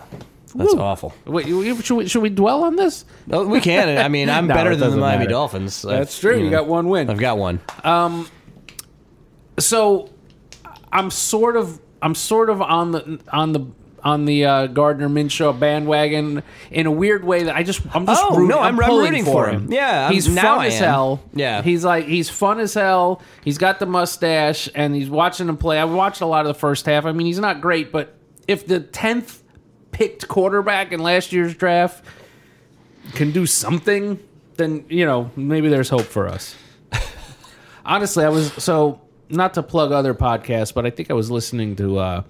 that's awful. Wait, you- you- should we, should we dwell on this? Oh, we can. I mean, *laughs* I'm No, better it than the doesn't Miami matter. Dolphins. That's true. You got one win. I've got one. so I'm sort of I'm sort of on the on the on the uh, Gardner Minshew bandwagon in a weird way that I just I'm just Oh, rooting, no, I'm- I'm pulling rooting for him. Yeah, I'm- he's now fun I as am. hell. Yeah. he's like he's fun as hell. He's got the mustache and he's watching him play. I watched a lot of the first half. I mean, he's not great, but if the tenth picked quarterback in last year's draft can do something, then you know maybe there's hope for us. Honestly, I was so not to plug other podcasts, but I think I was listening to. uh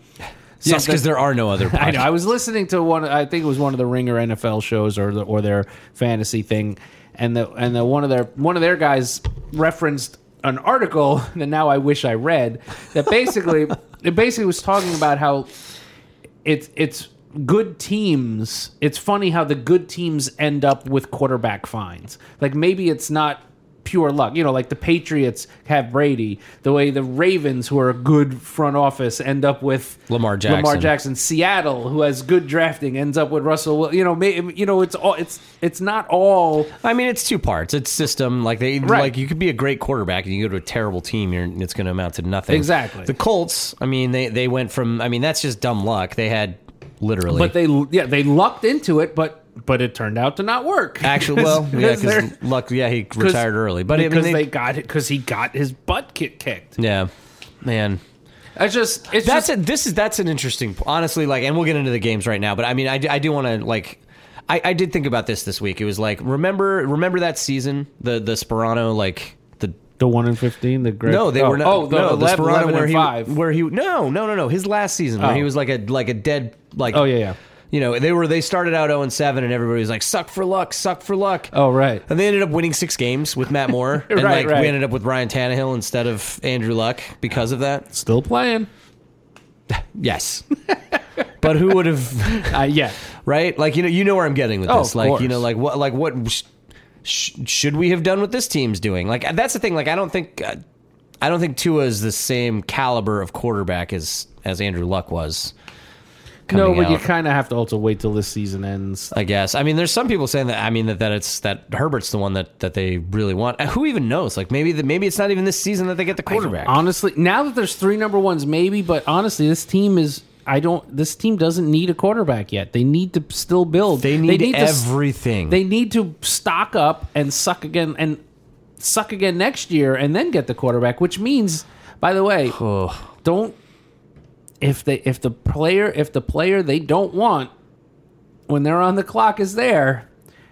Yes, because something- there are no *laughs* other. I know. I was listening to one. I think it was one of the Ringer NFL shows or the, or their fantasy thing, and the and the one of their one of their guys referenced an article *laughs* that now I wish I read that basically it basically was talking about how it's it's good teams. It's funny how the good teams end up with quarterback finds. Like maybe it's not pure luck. You know, like the Patriots have Brady, the way the Ravens who are a good front office end up with Lamar Jackson. Lamar Jackson, Seattle who has good drafting ends up with Russell, Wil- you know, may, you know it's all it's it's not all I mean, it's two parts. It's system. Like they, Right. like you could be a great quarterback and you go to a terrible team, you're, it's going to amount to nothing. Exactly. The Colts. I mean, they they went from. I mean, that's just dumb luck. They had literally. but they yeah, they lucked into it but but it turned out to not work. *laughs* actually, well, yeah, they're- because luck. *laughs* Yeah, he retired early, but I mean, because they- they, got it because he got his butt kick kicked. yeah, man. It's just it's that's just, a, this is that's an interesting honestly like and we'll get into the games right now but i mean i, do- I do want to like I, I did think about this this week it was like remember remember that season the the sperano like the The one in fifteen, the great. no, they oh, were not. Oh, the, no, the elev- Sperano 11 where and he five. where he no no no no his last season when Oh. he was like a like a dead like Oh, yeah, yeah. you know they were they started out zero and seven and everybody was like suck for luck suck for luck Oh, right. and they ended up winning six games with *laughs* Matt Moore and Right, like right. we ended up with Ryan Tannehill instead of Andrew Luck because of that Still playing. *laughs* Yes. but who would have Uh, yeah. right? Like you know you know where I'm getting with Oh, this. of like you course. know like what like what sh- sh- should we have done what this team's doing? Like that's the thing like I don't think uh, I don't think Tua is the same caliber of quarterback as as Andrew Luck was. No, *laughs* coming but you out, kind of have to also wait till this season ends. I guess. I mean, there's some people saying that. I mean, that, that it's that Herbert's the one that, that they really want. And Who even knows? Like maybe the, maybe it's not even this season that they get the quarterback. Honestly, now that there's three number ones, maybe. But honestly, this team is I don't. This team doesn't need a quarterback yet. They need to still build. They need to s- everything. they need to stock up and suck again and suck again next year, and then get the quarterback. Which means, by the *sighs* way, don't if they if the player if the player they don't want when they're on the clock is there.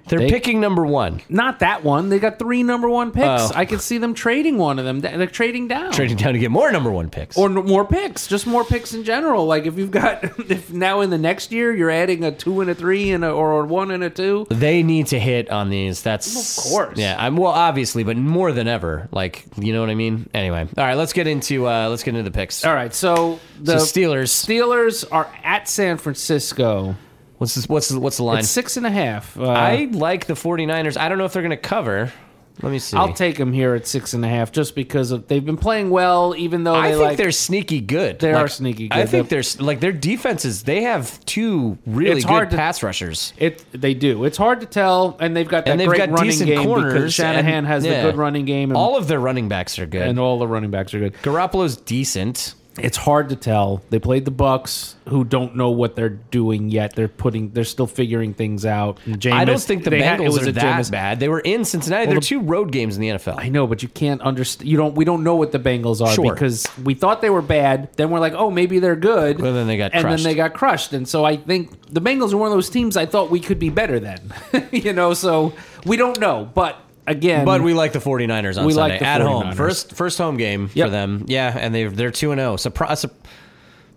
They're They- picking number one, Not that one. They got three number one picks. Oh. I could see them trading one of them. They're trading down trading down to get more number one picks. or n- more picks, just more picks in general. Like if you've got *laughs* if now in the next year you're adding a two and a three and a, or a one and a two. they need to hit on these. That's Of course. Yeah, I'm well, obviously, but more than ever. Like, you know what I mean? Anyway, all right, let's get into uh let's get into the picks. All right, so the So Steelers. Steelers are at San Francisco. What's this, what's the, what's the line? It's six and a half. Uh, I like the 49ers. I don't know if they're going to cover. Let me see. I'll take them here at six and a half just because of, they've been playing well, even though I they think like they're sneaky good. They Like, are sneaky I good. think they're s- like their defenses. They have two really It's good hard to- pass rushers. It they do. It's hard to tell, and they've got that And they've great got running decent game because corners. Shanahan and- has yeah. the good running game, and All of their running backs are good. and all the running backs are good. Garoppolo's decent. It's hard to tell. They played the Bucks, who don't know what they're doing yet. They're putting, they're still figuring things out. And I don't Jameis- think the they Bengals had- are a that Jameis- bad. They were in Cincinnati. They're the- two road games in the NFL. I know, but you can't understand. You don't. We don't know what the Bengals are Sure. because we thought they were bad. Then we're like, oh, maybe they're good. Well, then they got and crushed. then they got crushed. And so I think the Bengals are one of those teams I thought we could be better than. *laughs* you know, so we don't know. But again, But we like the 49ers on We Sunday like the at home. 49ers. First first home game Yep. for them. Yeah, and they they're 2 and oh. 0. Surprise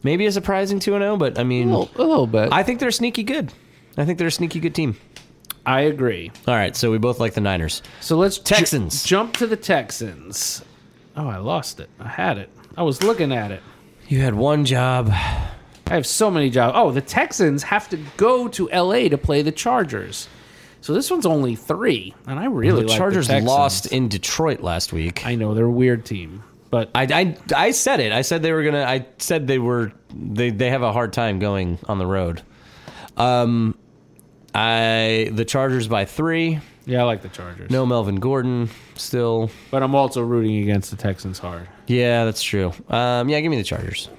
Maybe a surprising 2 and 0, but I mean a little, a little bit. I think they're sneaky good. I think they're a sneaky good team. I agree. All right, so we both like the Niners. So let's ju- Texans. jump to the Texans. Oh, I lost it. I had it. I was looking at it. You had one job. I have so many jobs. Oh, the Texans have to go to L.A. to play the Chargers. So this one's only three, and I really the like Chargers Texans. lost in Detroit last week. I, I know they're a weird team, but I, I said it. I said they were gonna. I said they were. They they have a hard time going on the road. Um, I the Chargers by three. yeah, I like the Chargers. No Melvin Gordon still. but I'm also rooting against the Texans hard. Yeah, that's true. Um, yeah, give me the Chargers.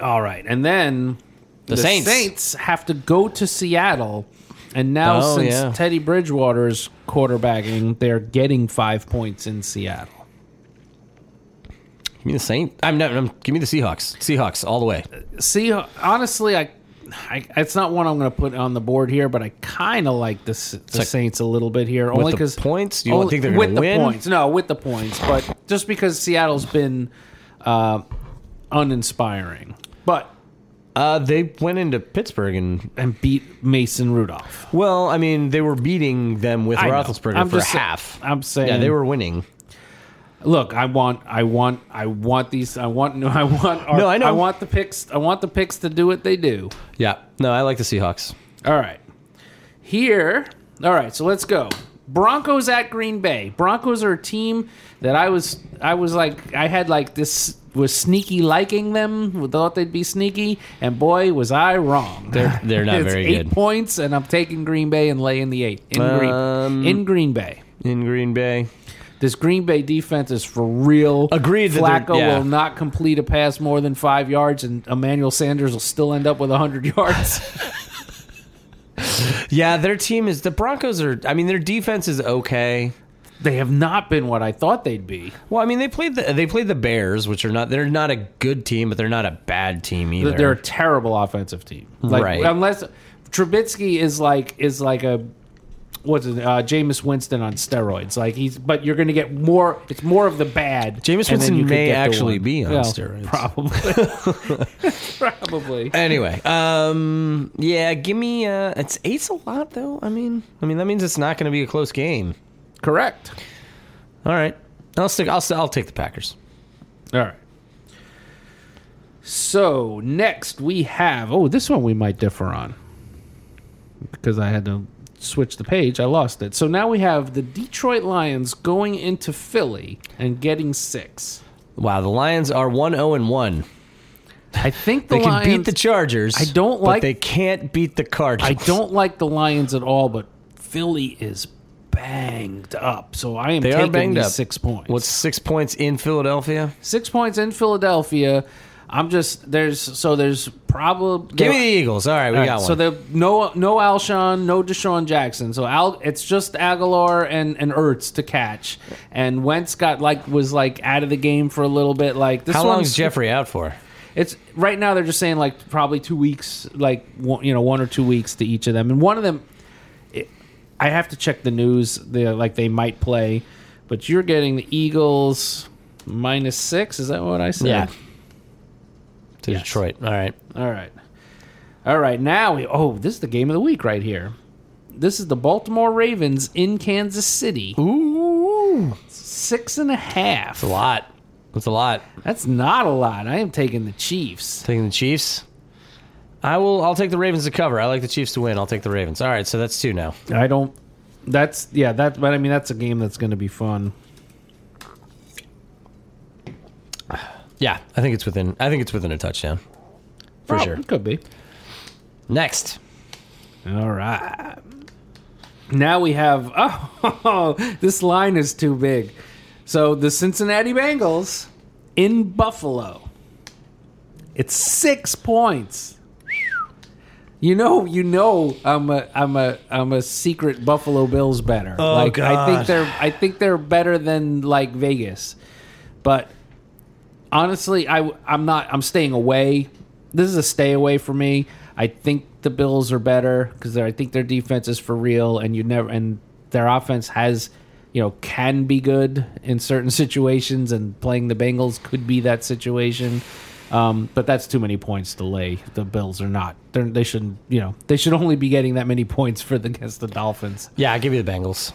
All right, and then The Saints. have to go to Seattle, and now Oh, since yeah. Teddy Bridgewater's quarterbacking, they're getting five points in Seattle. Give me the Saints. I'm not. I'm, give me the Seahawks. Seahawks all the way. See, honestly, I, I it's not one I'm going to put on the board here, but I kind of like the, S- the like- Saints a little bit here, only the because points? Do you think they're gonna with win? the points? No, with the points, but just because Seattle's been uh, uninspiring, but Uh, they went into Pittsburgh and and beat Mason Rudolph. well, I mean, they were beating them with I know. Roethlisberger I'm for just sa- half. I'm saying- yeah, they were winning. Look, I want, I want, I want these. I want, *laughs* no, I want, our, No, I know. I want the picks. I want the picks to do what they do. Yeah. No, I like the Seahawks. All right. Here. All right, so let's go. Broncos at Green Bay. Broncos are a team that I was I was like I had like this was sneaky liking them. Thought they'd be sneaky, and boy was I wrong. They're they're *laughs* not it's very eight good. points, and I'm taking Green Bay and laying the eight in Um, Green in Green Bay. in Green Bay. This Green Bay defense is for real. Agreed that they're- Flacco yeah. will not complete a pass more than five yards, and Emmanuel Sanders will still end up with hundred *laughs* yards. Yeah, their team is the Broncos are. I mean, their defense is okay. they have not been what I thought they'd be. Well, I mean, they played the they played the Bears, which are not they're not a good team, but they're not a bad team either. They're a terrible offensive team. Like Right. unless Trubisky is like is like a what's it, uh Jameis Winston on steroids. Like he's but you're gonna get more it's more of the bad. Jameis and then Winston you could may get the actually one. be on Well, steroids. Probably. *laughs* probably. Anyway, um, yeah, give me. Uh, it's eight's a lot though. I mean, I mean that means it's not going to be a close game. Correct. All right, I'll stick. I'll I'll take the Packers. All right. So next we have oh this one we might differ on because I had to switch the page I lost it so now we have the Detroit Lions going into Philly and getting six Wow, the Lions are one zero and one. I think the They can Lions beat the Chargers. I don't but like- they can't beat the Cardinals. I don't like the Lions at all but Philly is banged up so I am They taking are banged these up. six points What's six points in Philadelphia? six points in Philadelphia. I'm just there's so there's probably Give me the Eagles. All right, we got one. So the no no Alshon, no Deshaun Jackson. So Al, it's just Aguilar and and Ertz to catch. And Wentz got like was like out of the game for a little bit. Like this How long one's- is Jeffrey out for? It's right now they're just saying like probably two weeks, like one, you know one or two weeks to each of them. And one of them, it, I have to check the news. They like they might play, but you're getting the Eagles minus six. Is that what I said? Yeah. To Yes. Detroit. All right. All right. All right. Now we. Oh, this is the game of the week right here. This is the Baltimore Ravens in Kansas City. Ooh, Six and a half. a lot. That's a lot. That's not a lot. I am taking the Chiefs. Taking the Chiefs. I will. I'll take the Ravens to cover. I like the Chiefs to win. I'll take the Ravens. All right, so that's two now. I don't. That's yeah. That. But I mean, that's a game that's going to be fun. Yeah, I think it's within. I think it's within a touchdown, for Prob- sure. Could be. Next, All right. Now we have. *laughs* Oh, this line is too big. So the Cincinnati Bengals in Buffalo. It's six points. You know, you know, I'm a, I'm a, I'm a secret Buffalo Bills better. Oh, like I think God. they're, I think they're better than like Vegas, but honestly, I I'm not. I'm staying away. This is a stay away for me. I think the Bills are better because I think their defense is for real, and you never and their offense has, you know, can be good in certain *laughs* situations, and playing the Bengals could be that situation. Um, but that's too many points to lay. The Bills are not. They're, they shouldn't. You know, they should only be getting that many *laughs* points for the, against the Dolphins. yeah, I give you the Bengals.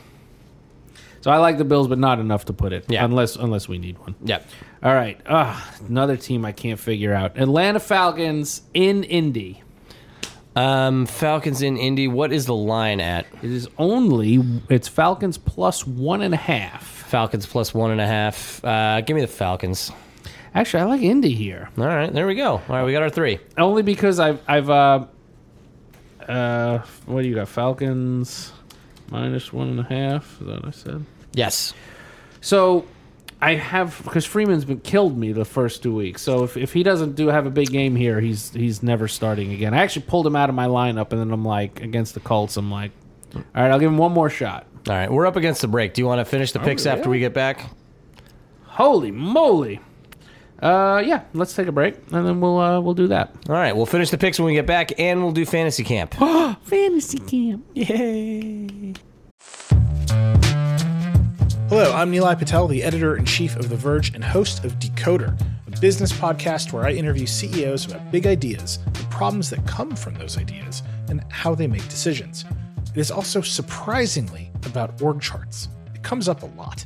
So I like the Bills, but not enough to put it. Yeah. Unless unless we need one. Yep. All right. Ugh, another team I can't figure out. Atlanta Falcons in Indy. Um, Falcons in Indy. What is the line at? It is only it's Falcons plus one and a half. Falcons plus one and a half. Uh, give me the Falcons. Actually, I like Indy here All right, there we go. All right, we got our three. only because I've I've uh, uh, what do you got? Falcons minus one and a half. Is that what I said? Yes. So I have because Freeman's been killed me the first two weeks. So if, if he doesn't do have a big game here, he's he's never starting again. I actually pulled him out of my lineup, and then I'm like against the Colts. I'm like, all right, I'll give him one more shot. All right, we're up against the break. Do you want to finish the picks after we get back? Holy moly! Uh, yeah, let's take a break, and then we'll uh, we'll do that. All right, we'll finish the picks when we get back, and we'll do fantasy camp. Fantasy camp. Hello, I'm Neelai Patel, the editor in chief of The Verge and host of Decoder, a business podcast where I interview CEOs about big ideas, the problems that come from those ideas, and how they make decisions. It is also surprisingly about org charts. It comes up a lot.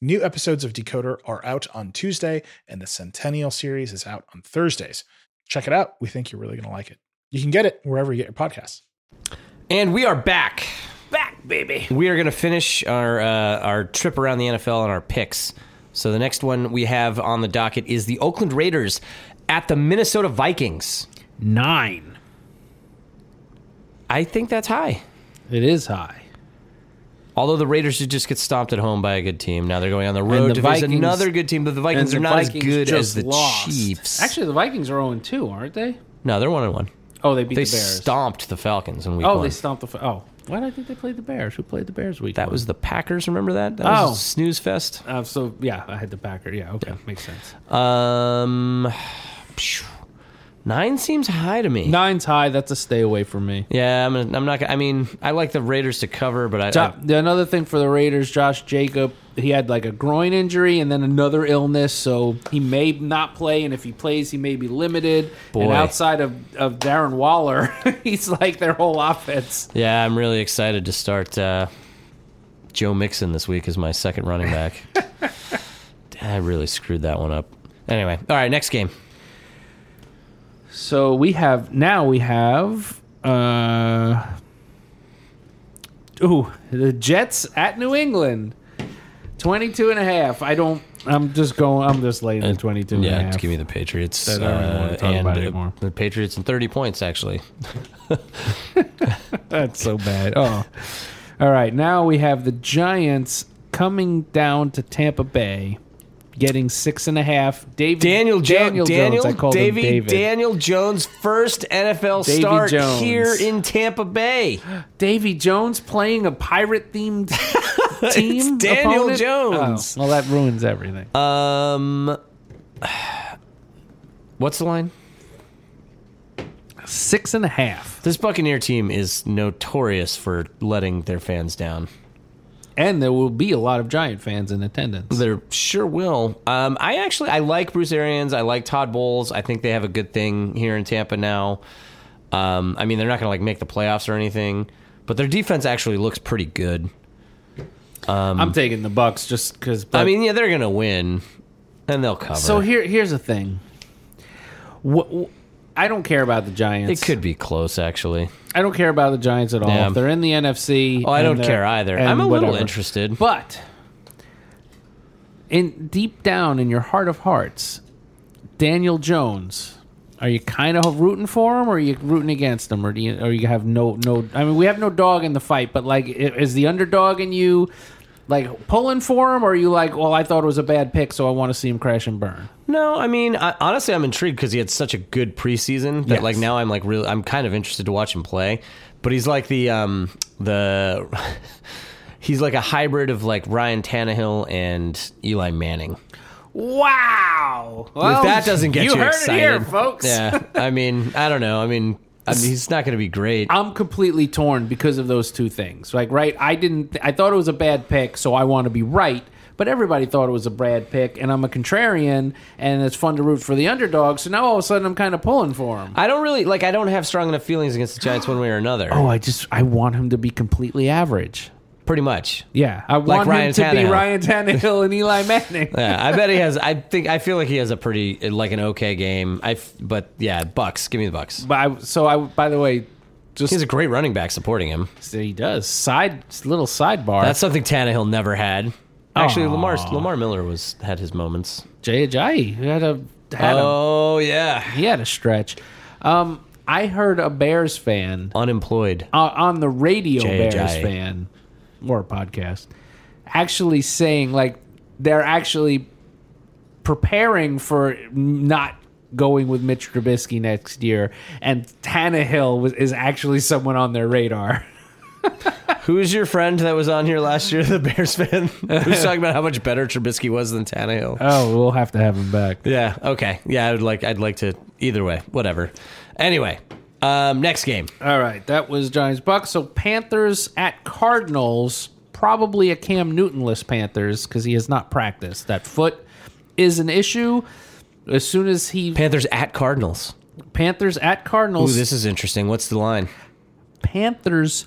New episodes of Decoder are out on Tuesday, and the Centennial series is out on Thursdays. Check it out. We think you're really going to like it. You can get it wherever you get your podcasts. And we are back. Back, baby. We are going to finish our uh, our trip around the NFL and our picks. So the next one we have on the docket is the Oakland Raiders at the Minnesota Vikings. Nine. I think that's high. It is high. Although the Raiders did just get stomped at home by a good team, now they're going on the road the to face Vikings- another good team. But the Vikings And are the not Vikings as good just as the lost. Chiefs. Actually, the Vikings are 0 2, aren't they? no, they're one and one. Oh, they beat They the Bears. stomped the Falcons in week oh, one. they stomped the. F- Oh, why did I think they played the Bears? Who played the Bears week? that one? was the Packers. Remember that? That Oh. was a snooze fest. Uh, so yeah, I had the Packer. Yeah, okay, makes sense. Um, *sighs* phew. nine seems high to me. Nine's high. That's a stay away from me. Yeah, I'm, I'm not. gonna- I mean, I like the Raiders to cover, but I, Jo- another thing for the Raiders, Josh Jacob, he had like a groin injury and then another illness, so he may not play. And if he plays, he may be limited. Boy. And outside of, of Darren Waller, *laughs* he's like their whole offense. yeah, I'm really excited to start uh, Joe Mixon this week as my second *laughs* running back. I really screwed that one up. Anyway, all right, next game. So we have now we have uh Ooh, the Jets at New England. 22 and a half. I don't I'm just going I'm just laying the 22 and a Uh, Yeah, half. just give me the Patriots. I don't even wanna talk and about it uh, anymore. the Patriots and 30 points, actually. That's so bad. Oh. All right, now we have the Giants coming down to Tampa Bay, getting six and a half. David Daniel, jo- Daniel Jones. Daniel I called him Davy- David. Daniel Jones, first NFL Davy start Jones. here in Tampa Bay. Davy Jones playing a pirate themed team. *laughs* It's Daniel opponent? Jones. Oh, well, that ruins everything. Um, what's the line? Six and a half, This Buccaneer team is notorious for letting their fans down. and there will be a lot of Giant fans in attendance. There sure will. Um, I actually I like Bruce Arians. I like Todd Bowles. I think they have a good thing here in Tampa now. Um, I mean, they're not going to like make the playoffs or anything, but their defense actually looks pretty good. I'm taking the Bucks just because. Um, I mean, yeah, they're going to win, and they'll cover. so here, here's the thing. What, I don't care about the it Giants. could be close, actually. I don't care about the Giants at all. Yeah. If they're in the NFC, Oh, I and don't they're- care either. and I'm a little whatever. interested. But in deep down in your heart of hearts, Daniel Jones, are you kind of rooting for him, or are you rooting against him, or do you, or you have no no? I mean, we have no dog in the fight, but like, i- is the underdog in you? Like pulling for him, or are you like, well, I thought it was a bad pick, so I want to see him crash and burn. No, I mean, I, honestly, I'm intrigued because he had such a good preseason that, Yes. like, now I'm like really, I'm kind of interested to watch him play. But he's like the um the *laughs* he's like a hybrid of like Ryan Tannehill and Eli Manning. Wow! if that doesn't get you, heard excited, it here, folks. Yeah, I mean, I don't know. I mean, I mean he's not going to be great. I'm completely torn because of those two things. Like, right, I didn't, I thought it was a bad pick, so I want to be right. But everybody thought it was a bad pick, and I'm a contrarian, and it's fun to root for the underdog. So now all of a sudden, I'm kind of pulling for him. I don't really like. I don't have strong enough feelings against the Giants one way or another. Oh, I just, I want him to be completely average. pretty much. Yeah, I want Ryan him to be Tannehill. Ryan Tannehill and Eli *laughs* Manning. Yeah, I bet he has. I think I feel like he has a pretty like an okay game. I f- but yeah, Bucks. Give me the Bucks. but I, so I, by the way, He has a great running back supporting him. he does side little sidebar. That's something Tannehill never had. Actually, Aw. Lamar Lamar Miller was had his moments. Jay Ajayi. He had a had a Oh yeah, he had a stretch. Um, I heard a Bears fan unemployed. uh, on the radio J.J. Bears fan or podcast actually saying like they're actually preparing for not going with Mitch Trubisky next year, and Tannehill was, is actually someone on their radar. Who's your friend that was on here last year? *laughs* The Bears fan who's talking about how much better Trubisky was than Tannehill. *laughs* Oh, we'll have to have him back. yeah. Okay. Yeah. I would like. I'd like to. Either way. Whatever. Anyway. Um, next game. All right, that was Giants Bucks. So Panthers at Cardinals, probably a Cam Newton-less Panthers because he has not practiced. That foot is an issue. As soon as he Panthers at Cardinals. Panthers at Ooh, Cardinals, this is interesting. What's the line? Panthers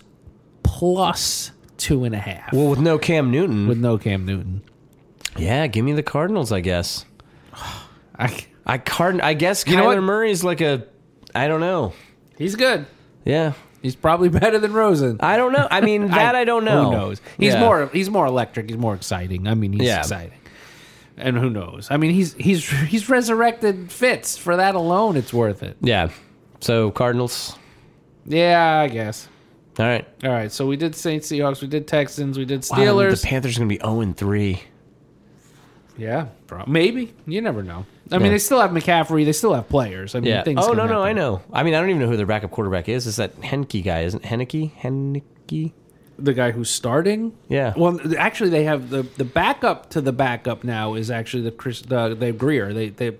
plus two and a half Well, with no Cam Newton. with no Cam Newton. yeah, give me the Cardinals, I guess. I, I card. I guess You know Kyler what? Murray's like a. I don't know. he's good. Yeah, He's probably *laughs* better than Rosen. I don't know. I *laughs* mean, that I, don't know. Who knows? He's Yeah. more he's more electric. He's more exciting. I mean, he's Yeah. exciting. And who knows? I mean, he's he's *laughs* he's resurrected Fitz. For that alone, it's worth it. Yeah. So Cardinals. Yeah, I guess. All right. All right, so we did Saints, Seahawks, we did Texans, we did Wow, Steelers. the Panthers are gonna be zero and three. yeah, bro. maybe you never know. I mean, they still have McCaffrey. They still have players. I mean, Yeah. things. Oh can no no happen. I know. I mean I don't even know who their backup quarterback is. It's that Henke guy, isn't it? Henke? Henke? the guy who's starting. Yeah. Well, th- actually, they have the the backup to the backup now is actually the Chris the, the Greer. They they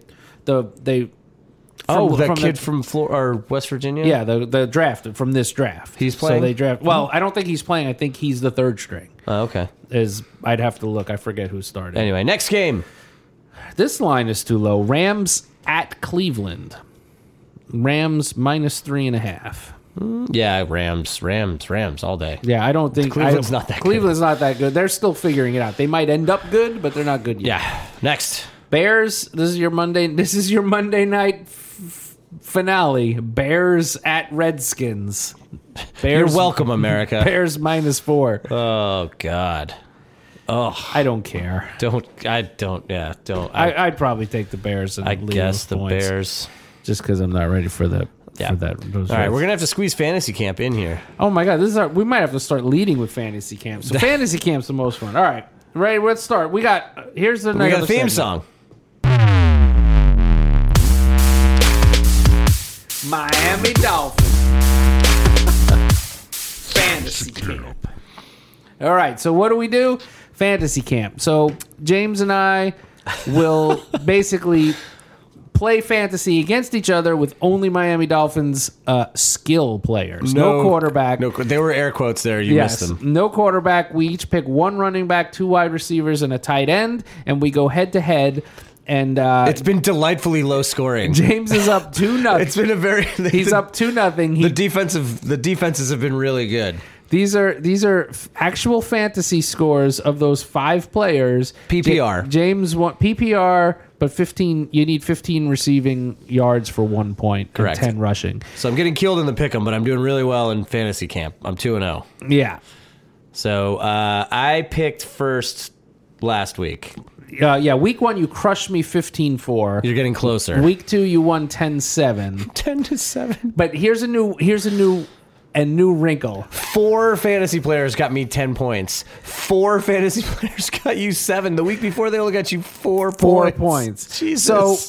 the they. from- oh, that from kid The, from Flor or West Virginia. yeah, the the draft from this draft. He's So playing? they draft. Well, I don't think he's playing. I think he's the third string. Oh, okay. Is I'd have to look. I forget who started. Anyway, next game. This line is too low. Rams at Cleveland. Rams minus three and a half. Yeah, Rams, Rams, Rams all day. Yeah, I don't think Cleveland's I- not that good. Cleveland's not that good. They're still figuring it out. They might end up good, but they're not good yet. Yeah. Next. Bears. This is your Monday. This is your Monday night f- finale Bears at Redskins. Bears, *laughs* You're welcome, America. Bears minus four. *laughs* oh God, I don't care. don't I don't yeah don't I, I, I'd probably take the Bears. And I leave guess with the points, Bears. just because I'm not ready for that. Yeah. For that. those All right, votes. we're gonna have to squeeze fantasy camp in here. Oh my god, this is our. We might have to start leading with fantasy camp. *laughs* So fantasy camp's the most fun. All right, ready? Let's start. We got here's the We got a theme song. Miami *laughs* Dolphins. Fantasy camp. All right, so what do we do? Fantasy camp. So James and I *laughs* will basically play fantasy against each other with only Miami Dolphins uh, skill players. No, quarterback. No, qu- there were air quotes there. You Yes. missed them. No quarterback. We each pick one running back, two wide receivers, and a tight end, and we go head to head. And uh, It's been delightfully low scoring. James is up two nothing. *laughs* It's been a very. He's the, up two nothing. He, The defensive the defenses have been really good. these are these are f- actual fantasy scores of those five players. Ja- PPR. James won PPR, but fifteen. You need fifteen receiving yards for one point. and Correct. ten rushing. So I'm getting killed in the pick'em, but I'm doing really well in fantasy camp. I'm two and zero. Yeah. So uh, I picked first last week. Uh, yeah. Week one, you crushed me 15-4. You're getting closer. Week two, you won 10-7. ten to seven. But here's a new here's a new a new wrinkle. Four fantasy players got me ten points. Four fantasy *laughs* players got you seven. The week before they only got you four Four points. points. Jesus. So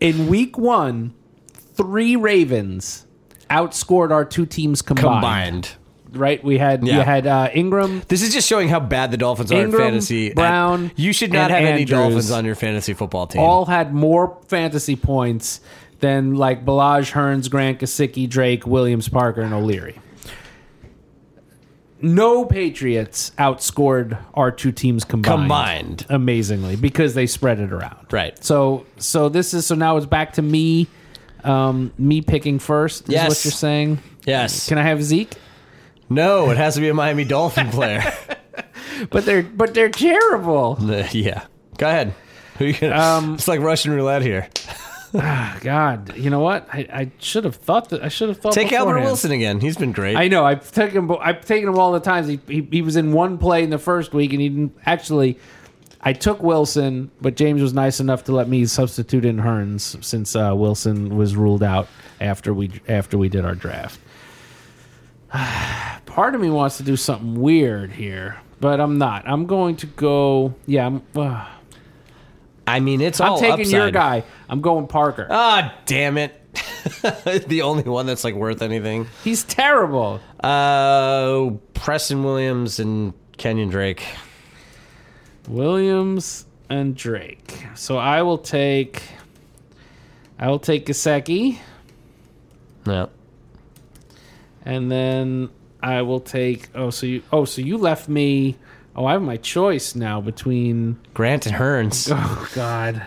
in week one, three Ravens outscored our two teams combined. combined. Right? We had you Yeah. had uh, Ingram. This is just showing how bad the Dolphins are in Ingram, fantasy. Brown, you should not and have any Andrews. Dolphins on your fantasy football team. All had more fantasy points than like Balaj Hearns, Grant Kasicki, Drake, Williams, Parker, and O'Leary. No Patriots outscored our two teams combined. Combined. amazingly because they spread it around. Right. So so this is so now it's back to me, um, me picking first. Is Yes. what you're saying. yes. Can I have Zeke? no, it has to be a *laughs* Miami Dolphin player. But they're but they're terrible. The- yeah. Go ahead. Who you gonna, Um, it's like Russian roulette here. God, you know what? I, I should have thought that I should have thought. Take Albert beforehand. Wilson again. He's been great. I know. I've taken him. I've taken him all the times. He, he he was in one play in the first week, and he didn't actually. I took Wilson, but James was nice enough to let me substitute in Hearns since uh, Wilson was ruled out after we after we did our draft. *sighs* Part of me wants to do something weird here, but I'm not. I'm going to go. Yeah, I'm. Uh, I mean, it's I'm all taking your Oh, upside. guy. I'm going Parker. Ah, damn it. *laughs* the only one that's like worth anything. He's terrible. Uh, Preston Williams and Kenyon Drake. Williams and Drake. So I will take. I will take Gasecki, No. and then I will take. Oh, so you. Oh, so you left me. Oh, I have my choice now between. Grant and Hearns. *laughs* Oh God.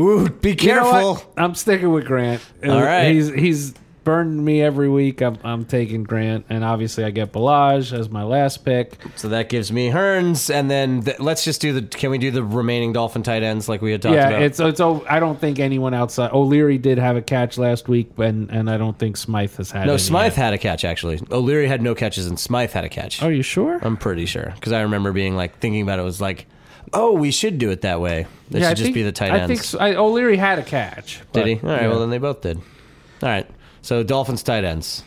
Ooh, be You know careful. what? I'm sticking with Grant. All right. He's he's burned me every week. I'm I'm taking Grant, and obviously I get Balaj as my last pick. So that gives me Hearns, and then th- let's just do the. Can we do the remaining Dolphin tight ends like we had talked yeah, about? it's it's. Oh, I don't think anyone outside O'Leary did have a catch last week, and and I don't think Smythe has had. no. any Smythe yet. had a catch actually. O'Leary had no catches, and Smythe had a catch. Are you sure? I'm pretty sure because I remember being like thinking about it was like, oh, we should do it that way. It should I just think- be the tight I ends. think so. I, O'Leary had a catch. Did but- he? All right. yeah. Well, then they both did. All right. So Dolphins tight ends,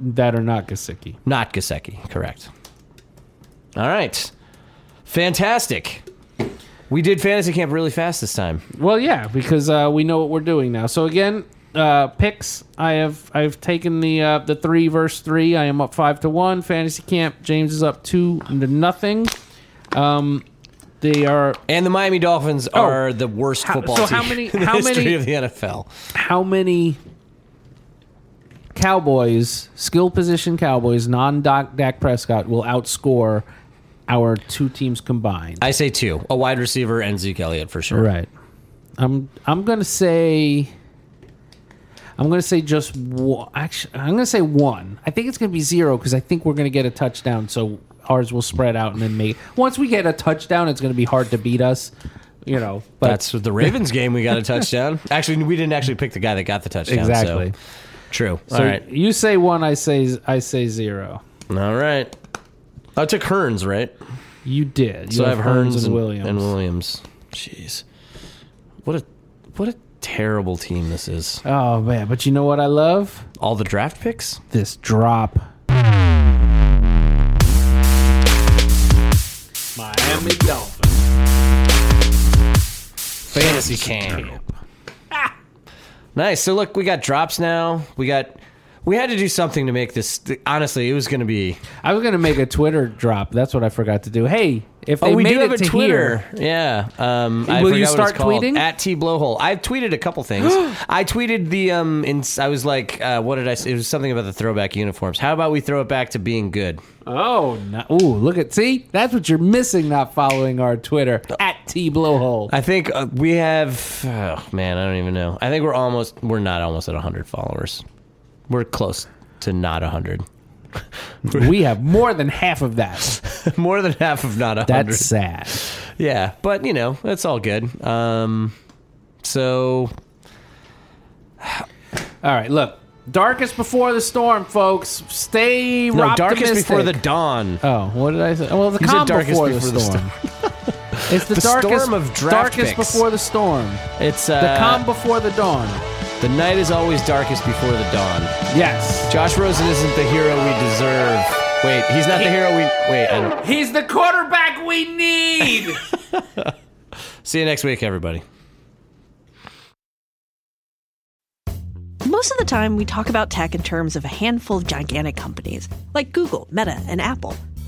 that or not Gasicki? not Gasecki. Correct. All right. Fantastic. We did fantasy camp really fast this time. Well, yeah, because uh, we know what we're doing now. So again, uh, picks. I have I've taken the uh, the three verse three. I am up five to one. Fantasy camp. James is up two to nothing. Um, they are And the Miami Dolphins are the worst Oh. How- football so team how many- in the how many- history of the NFL. how many Cowboys skill position Cowboys non Dak Prescott will outscore our two teams combined. I say two: a wide receiver and Zeke Elliott for sure. Right. I'm I'm gonna say. I'm gonna say just one. Actually, I'm gonna say one. I think it's gonna be zero because I think we're gonna get a touchdown. So ours will spread out and then make. Once we get a touchdown, it's gonna be hard to beat us. you know, but That's with *laughs* the Ravens game. We got a touchdown. Actually, we didn't actually pick the guy that got the touchdown. so- Exactly. True. so All right. you say one, I say I say zero. All right. I took Hearns, right? You did. You so I have Hearns Hearns and Williams. And Williams. Jeez. What a what a terrible team this is. oh man, but you know what I love? All the draft picks? This drop. Miami Dolphins. Fantasy camp. Ah! nice. So look, we got drops now. We got we had to do something to make this honestly, it was gonna be I was gonna make a Twitter drop. That's what I forgot to do. Hey, if they Oh, we made do it have a to Twitter. here, Yeah. Um, I Will forgot you what it's start called. tweeting? at T Blowhole? I've tweeted a couple *gasps* things. I tweeted the um. In, I was like, uh, what did I? say? It was something about the throwback uniforms. How about we throw it back to being good? Oh, no. ooh, look at see. That's what you're missing not following our Twitter at T Blowhole. I think uh, we have. Oh man, I don't even know. I think we're almost. We're not almost at hundred followers. We're close to not hundred. *laughs* we have more than half of that. More than half of not hundred. That's sad. Yeah, but you know, that's all good. Um, so All right, look. Darkest before the storm, folks. Stay no, darkest optimistic. before the dawn. Oh, what did I say? Well, the You said calm darkest before, the before the storm. *laughs* it's the, The darkest storm of draft darkest picks. before the storm. It's The uh, calm before the dawn. The night is always darkest before the dawn. Yes. Josh Rosen isn't the hero we deserve. Wait, he's not the hero we. Wait, I don't. He's the quarterback we need. See you next week, everybody. Most of the time, we talk about tech in terms of a handful of gigantic companies like Google, Meta, and Apple.